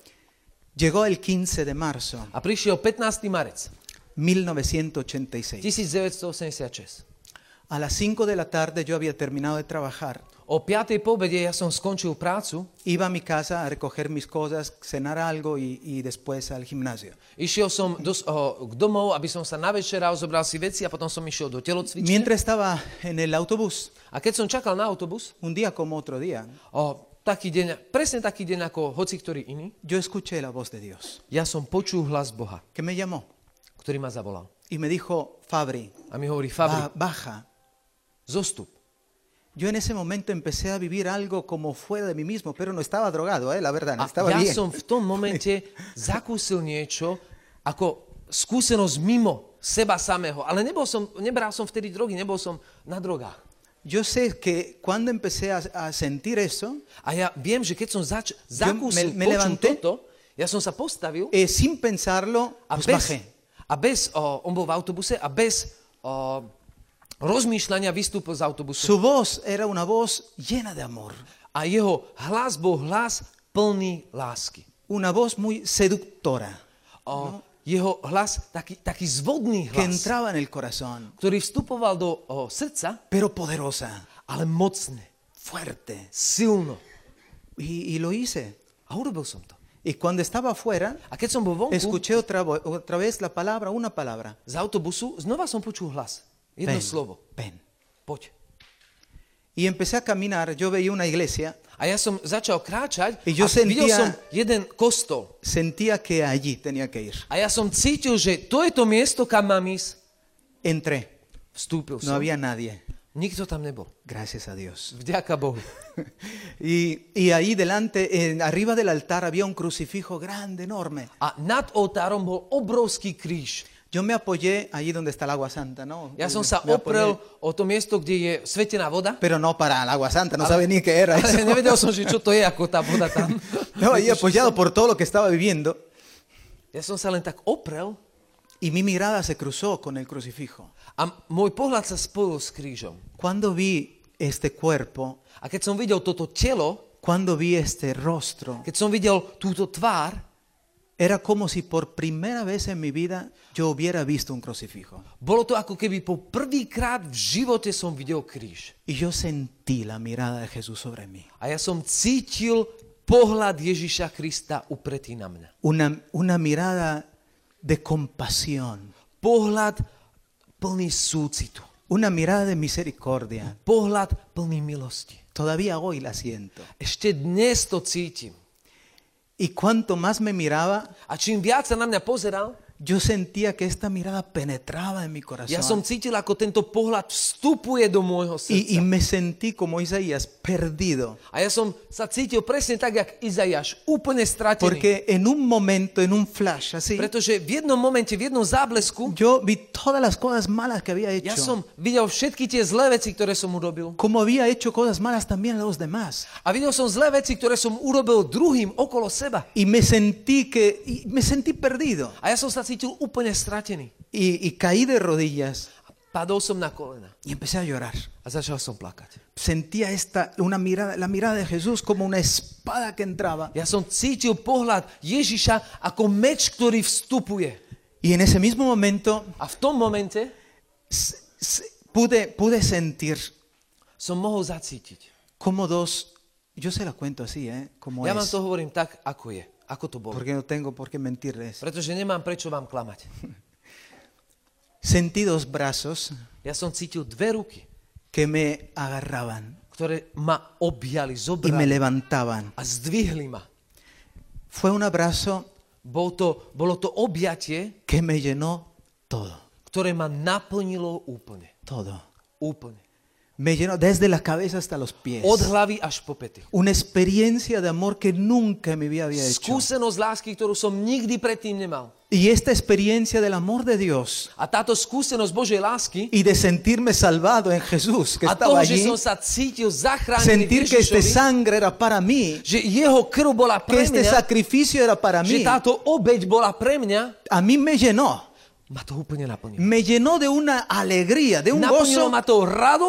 S2: Llegó el 15 de marzo
S3: A prišiel 15. marec
S2: 1986.
S3: 1986.
S2: A las 5 de la tarde yo había terminado de trabajar.
S3: O 5. pobede ja som skončil prácu,
S2: Iba a mi casa a recoger mis cosas, cenar algo y, y después al gimnasio.
S3: išiel som do, o, k domov, aby som sa navečeral, zobral si veci a potom som išiel do telocvične.
S2: Mientras estaba en el autobús,
S3: A keď som čakal na autobus,
S2: un día como otro día,
S3: o, taký deň, presne taký deň ako hoci ktorý iný,
S2: yo escuché la voz de Dios
S3: ja som počul hlas Boha,
S2: que me llamó
S3: ktorý ma zavolal.
S2: y me dijo, Fabri,
S3: A mi hovorí,
S2: ba-
S3: Fabri,
S2: baja.
S3: zostup.
S2: Yo en ese momento empecé a vivir algo como fuera de mí mismo, pero no estaba drogado, eh, la verdad, no
S3: A
S2: estaba
S3: ja
S2: bien.
S3: som v tom momente zakúsil niečo ako skúsenosť mimo seba samého. Ale nebol som, nebral som vtedy drogy, nebol som na drogách.
S2: Yo sé que cuando empecé a, a sentir eso,
S3: A ja viem, že keď som zač-
S2: Ja
S3: zakúsil,
S2: me- me
S3: počul
S2: levanté.
S3: toto, ja som sa postavil
S2: eh, sin pensarlo,
S3: a
S2: pues
S3: bez,
S2: bajé.
S3: a bez o, on bol v autobuse, a bez o, rozmýšľania vystúpil z autobusu.
S2: Su voz era una voz llena de amor,
S3: A jeho hlas bol hlas plný lásky.
S2: una voz muy seductora
S3: O, Jeho hlas, taký, taký zvodný
S2: que
S3: hlas,
S2: entraba en el corazón,
S3: ktorý vstupoval do o, srdca,
S2: pero poderosa,
S3: ale mocne,
S2: fuerte.
S3: silno.
S2: Y, y lo hice.
S3: A urobil som to.
S2: Y cuando estaba afuera,
S3: A keď som bol vonku
S2: escuché otra, vo- otra vez la palabra, una palabra.
S3: z autobusu, znova som počul hlas. Jedno
S2: Ven,
S3: slovo.
S2: ven.
S3: Poď.
S2: Y empecé a caminar, yo veía una iglesia,
S3: A ja som začal kráčať
S2: I yo
S3: a videl
S2: sentía-
S3: som jeden kostol.
S2: sentía que allí tenía que ir.
S3: A ja som cítil, že to je to miesto, kam mám ísť.
S2: Entré,
S3: Vstúpil
S2: no
S3: som.
S2: había nadie,
S3: Nikto tam nebol.
S2: gracias a Dios.
S3: Vďaka Bohu.
S2: Y, y ahí delante, en- arriba del altar, había un crucifijo grande, enorme.
S3: A nad oltárom bol obrovský kríž.
S2: Yo me apoyé allí donde está el agua santa, ¿no?
S3: Ja som sa
S2: Me apoyé,
S3: oprel o to miesto, kde je svetená voda.
S2: Pero no para el agua santa, no sabía ni qué era eso.
S3: Ale nevedel som, že čo to je, ako tá voda tam.
S2: No, ahí apoyado por todo lo que estaba viviendo.
S3: Ja som sa len tak oprel
S2: Y mi mirada se cruzó con el crucifijo.
S3: a m- môj pohľad sa spojil s krížom.
S2: Cuando vi este cuerpo,
S3: A keď som videl toto telo,
S2: cuando vi este rostro,
S3: keď som videl túto tvár,
S2: era como si por primera vez en mi vida yo hubiera visto un crucifijo.
S3: bolo to ako keby po prvýkrát v živote som videl kríž.
S2: Y yo sentí la mirada de Jesús sobre mí.
S3: A ja som cítil pohľad Ježiša Krista upretý na mňa.
S2: Una, una mirada de compasión,
S3: Pohľad plný súcitu.
S2: una mirada de misericordia.
S3: Pohľad plný milosti.
S2: Todavía hoy la siento.
S3: Ešte dnes to cítim.
S2: Y cuanto más me miraba,
S3: A čím viac sa na mňa pozeral,
S2: yo sentía que esta mirada penetraba en mi
S3: ja
S2: corazón.
S3: som cítil, ako tento pohľad vstupuje do môjho
S2: Y, y
S3: srdca.
S2: me sentí como Isaías, perdido.
S3: A ja som sa cítil presne tak, jak Izajaš, úplne stratený.
S2: Porque en un momento, en un flash, así,
S3: Pretože v jednom momente, v jednom záblesku,
S2: yo vi todas las cosas malas que había hecho.
S3: ja som videl všetky tie zlé veci, ktoré som urobil.
S2: Como había hecho cosas malas también a los demás.
S3: A videl som zlé veci, ktoré som urobil druhým okolo seba.
S2: Y me sentí que, y me sentí perdido.
S3: A ja som sa cítil úplne stratený.
S2: Y, y caí de rodillas
S3: A Padol som na kolena
S2: y empecé a llorar.
S3: a začal som plakať.
S2: Sentía esta, una mirada, la mirada de Jesús como una espada que entraba.
S3: Ja som cítil pohľad Ježiša ako meč, ktorý vstupuje.
S2: Y en ese mismo momento
S3: A v tom momente
S2: s- s- pude, pude sentir
S3: som mohol zacítiť.
S2: como dos, yo se la cuento así, ¿eh? Como
S3: Ja
S2: es,
S3: vám to hovorím tak, ako je. Ako to bolo.
S2: porque no tengo por qué mentirles.
S3: Pretože nemám prečo vám klamať.
S2: Sentí dos brazos
S3: Ja som cítil dve ruky,
S2: que me agarraban
S3: ktoré ma
S2: y
S3: objali,
S2: me
S3: zobrali
S2: levantaban.
S3: a zdvihli ma.
S2: Fue un abrazo
S3: Bol to, bolo to objatie,
S2: que me llenó todo,
S3: ktoré ma naplnilo úplne.
S2: todo.
S3: Úplne.
S2: Me llenó desde la cabeza hasta los pies.
S3: Od hlavy až po pety.
S2: Una experiencia de amor que nunca en mi vida había hecho.
S3: Skúsenosť lásky, ktorú som nikdy predtým nemal.
S2: Y esta experiencia del amor de Dios
S3: A táto skúsenosť Božej lásky
S2: y de sentirme salvado en Jesús, que
S3: a
S2: estaba
S3: toho, že
S2: allí,
S3: som sa cítil zachránený v
S2: sentir que esta
S3: Ježišovi,
S2: sangre era para mí,
S3: že jeho krv bola
S2: que
S3: pre
S2: este
S3: mňa,
S2: sacrificio era para mí,
S3: že táto obeď bola pre mňa,
S2: a mí me llenó.
S3: ma to úplne naplnilo.
S2: Me llenó de una alegría, de un gozo
S3: Naplnilo ma to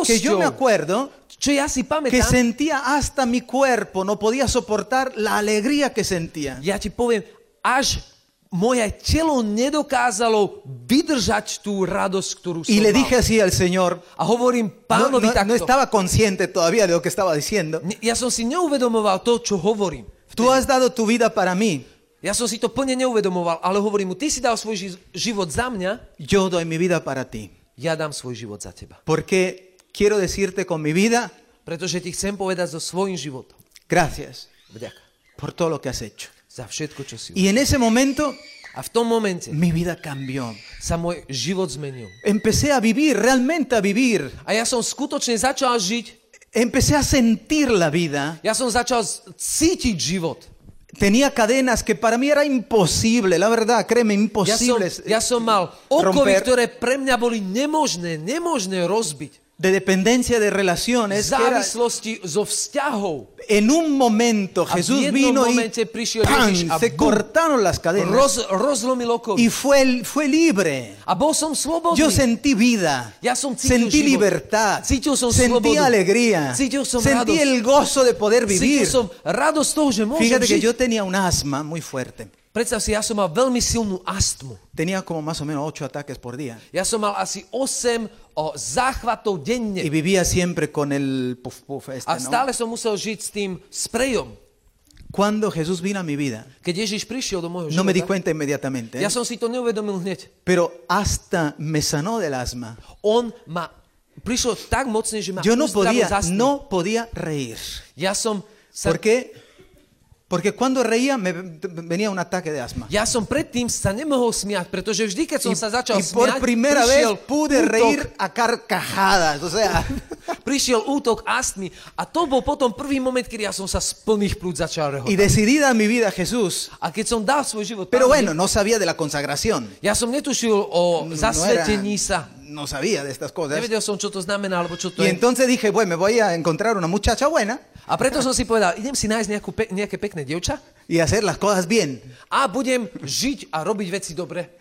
S2: que yo me
S3: radosťou,
S2: acuerdo
S3: čo ja si
S2: que
S3: pamätám.
S2: sentía hasta mi cuerpo, no podía soportar la alegría que sentía.
S3: Ja ti poviem, až moje telo nedokázalo vydržať tú radosť, ktorú som
S2: Y le
S3: mal.
S2: dije así al Señor,
S3: A hovorím
S2: no, no-
S3: pánovi
S2: no
S3: takto.
S2: estaba consciente todavía de lo que estaba diciendo,
S3: Ne- Ja som si neuvedomoval to, čo hovorím.
S2: tú has dado tu vida para mí,
S3: Ja som si to plne neuvedomoval, ale hovorím mu, ty si dal svoj ži- život za mňa,
S2: yo doy mi vida para ti.
S3: ja dám svoj život za teba.
S2: Porque quiero decirte con mi vida,
S3: Pretože ti chcem povedať so svojím životom.
S2: gracias
S3: Vďaka
S2: por todo lo que has hecho.
S3: za všetko, čo si.
S2: Y en ese momento
S3: A v tom momente
S2: mi vida cambió.
S3: sa môj život zmenil.
S2: Empecé a vivir, realmente a vivir.
S3: A ja som skutočne začal žiť,
S2: Empecé a sentir la vida.
S3: ja som začal s- cítiť život.
S2: Tenía cadenas que para mí era imposible, la verdad, créeme,
S3: Ja som,
S2: imposible.
S3: ja som mal okovy,
S2: romper
S3: ktoré pre mňa boli nemožné, nemožné rozbiť.
S2: de dependencia de relaciones. que era-
S3: Závislosti zo vzťahov.
S2: en un momento
S3: A v
S2: Jesús
S3: jednom
S2: vino y
S3: momente prišiel
S2: ¡pam!
S3: Ježiš a
S2: se
S3: bum,
S2: cortaron las cadenas
S3: Roz, rozlomil okovy.
S2: y fue, fue libre.
S3: A bol som slobodný.
S2: Yo sentí vida,
S3: Ja som cítil
S2: sentí
S3: život.
S2: libertad,
S3: Cítil som
S2: sentí
S3: slobodu.
S2: alegría,
S3: Cítil som
S2: sentí
S3: radosť.
S2: el gozo de poder
S3: Cítil
S2: vivir.
S3: som radosť toho, že môžem
S2: Fíjate que
S3: žiť.
S2: yo tenía un asma muy fuerte,
S3: Predstav si, ja som mal veľmi silnú astmu.
S2: tenía como más o menos ocho ataques por día
S3: Ja som mal asi 8 o, záchvatov
S2: y
S3: denne.
S2: vivía siempre con el puff puff este,
S3: A
S2: ¿no?
S3: stále som musel žiť s tým sprejom.
S2: Cuando Jesús vino a mi vida,
S3: Keď Ježiš prišiel do môjho
S2: no me di
S3: života,
S2: cuenta inmediatamente, ¿eh?
S3: ja som si to neuvedomil hneď.
S2: pero hasta me sanó del asma.
S3: On ma prišiel tak mocne, že ma
S2: Yo no
S3: uzdravil
S2: podía,
S3: z astmy.
S2: no podía reír.
S3: Ja som sa,
S2: ¿Por qué? Porque cuando reía me venía un ataque de asma.
S3: ja som predtým sa nemohol smiať, pretože vždy, keď som
S2: y,
S3: sa začal
S2: y por
S3: smiať,
S2: primera vez
S3: prišiel
S2: pude
S3: útok,
S2: reír a carcajadas. O sea,
S3: prišiel útok astmy a to bol potom prvý moment, kedy ja som sa z plných plúc začal
S2: y
S3: rehotať.
S2: decidida mi vida a Jesús.
S3: A keď som dal svoj život
S2: Pero bueno,
S3: pánovi,
S2: no sabía de la consagración.
S3: ja som netušil
S2: No,
S3: o
S2: era-
S3: zasvetení sa.
S2: no sabía de estas cosas.
S3: Nevedel som, čo to znamená, alebo čo to
S2: Y
S3: je.
S2: entonces dije, bueno, me voy a encontrar una muchacha buena
S3: A preto som si povedal, idem si nájsť nejakú pe- nejaké pekné dievča
S2: y hacer las cosas bien.
S3: a budem žiť a robiť veci dobre.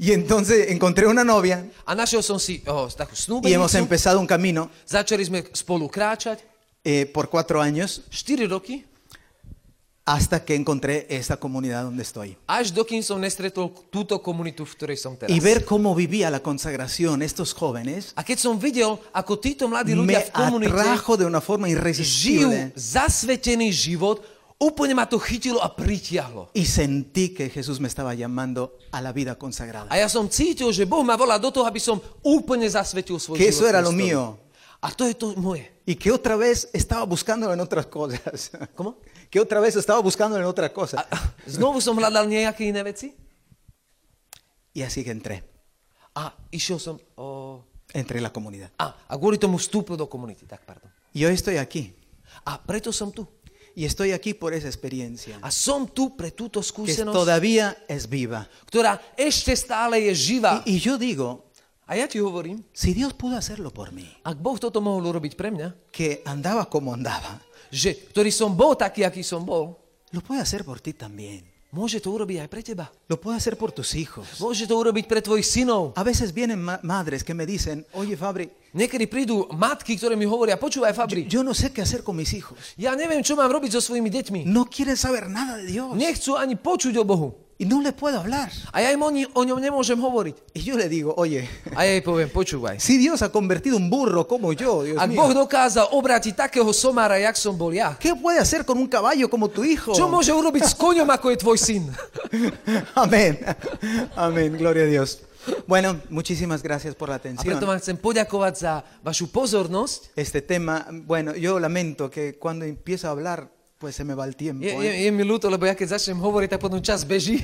S2: Y entonces encontré una novia
S3: A našiel som si oh, takú
S2: y hemos
S3: snúbenicu.
S2: empezado un camino
S3: Začali sme spolu kráčať
S2: eh, por cuatro años
S3: 4 roky,
S2: hasta que encontré esta comunidad donde estoy.
S3: až dokým som nestretol túto komunitu, v ktorej som teraz.
S2: Y ver cómo vivía la consagración estos jóvenes
S3: A keď som videl, ako títo mladí
S2: me
S3: ľudia v komunite
S2: atrajo de una forma
S3: žijú
S2: irresistible.
S3: zasvetený život, úplne ma to chytilo a pritiahlo.
S2: Y sentí que Jesús me estaba llamando a la vida consagrada.
S3: A ja som cítil, že Boh ma volá do toho, aby som úplne zasvetil svoj
S2: Que
S3: život.
S2: eso era lo
S3: Kristovi.
S2: mío.
S3: A to je to moje.
S2: Y que otra vez estaba buscándolo en otras cosas.
S3: ¿Cómo? Ah,
S2: Que otra vez estaba buscándolo en otra
S3: A,
S2: cosa.
S3: a znovu som hľadal nejaké iné veci
S2: Y así que entré.
S3: a išiel som... O...
S2: Entré en la comunidad.
S3: A, a kvôli tomu vstúpil do komunity, tak pardon.
S2: Y hoy estoy aquí.
S3: A preto som tu.
S2: Y estoy aquí por esa experiencia.
S3: A som tu pre túto
S2: Que
S3: skúsenosť.
S2: todavía es viva.
S3: ktorá ešte stále je živá.
S2: Y, y yo digo,
S3: A ja ti hovorím,
S2: si Dios pudo hacerlo por mí,
S3: ak Boh toto mohol urobiť pre mňa,
S2: que andaba como andaba,
S3: že, ktorý som bol taký, aký som bol,
S2: lo puede hacer por ti también.
S3: Môže to urobiť aj pre teba.
S2: Lo puede hacer por tus hijos.
S3: Môže to urobiť pre tvojich synov.
S2: A veces vienen ma- madres que me dicen, oye Fabri,
S3: Niekedy prídu matky, ktoré mi hovoria, počúvaj Fabri,
S2: yo no sé qué hacer con mis hijos.
S3: ja neviem, čo mám robiť so svojimi deťmi.
S2: No quieren saber nada de Dios.
S3: Nechcú ani počuť o Bohu.
S2: Y no le puedo hablar.
S3: A ja im o, ni- o ňom nemôžem hovoriť.
S2: Y yo le digo, oye,
S3: A ja jej poviem, počúvaj.
S2: si Dios ha convertido un burro como yo, Dios
S3: Ak
S2: mío,
S3: Boh dokázal obrátiť takého somára, jak som bol ja,
S2: ¿qué puede hacer con un caballo como tu hijo?
S3: čo môže urobiť s koňom, ako je tvoj syn?
S2: Amén. Amén. Gloria a Dios. Bueno, muchísimas gracias por la
S3: A preto
S2: atención.
S3: vám chcem poďakovať za vašu pozornosť.
S2: Este tema, bueno, yo lamento que cuando empiezo a hablar, pues se me va el tiempo.
S3: Je, je,
S2: ¿eh?
S3: je mi ľúto, lebo ja keď začnem hovoriť, tak potom čas beží.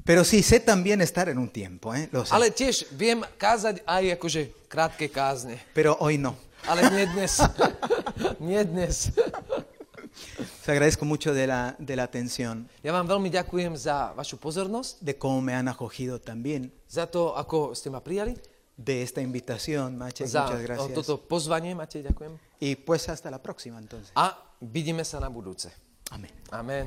S2: Pero sí, sé también estar en un tiempo, ¿eh? Lo sé.
S3: Ale tiež viem kázať aj akože krátke kázne.
S2: Pero hoy no.
S3: Ale nie dnes. nie dnes.
S2: Os agradezco mucho de la, de la atención,
S3: Ja vám veľmi ďakujem za vašu pozornosť,
S2: de cómo me han acogido también,
S3: za to, ako ste ma prijali,
S2: de esta invitación, Mache.
S3: za
S2: Muchas
S3: o,
S2: gracias.
S3: toto pozvanie, Matej, ďakujem.
S2: Y pues hasta la próxima entonces.
S3: A vidíme sa na budúce.
S2: Amén.
S3: Amen.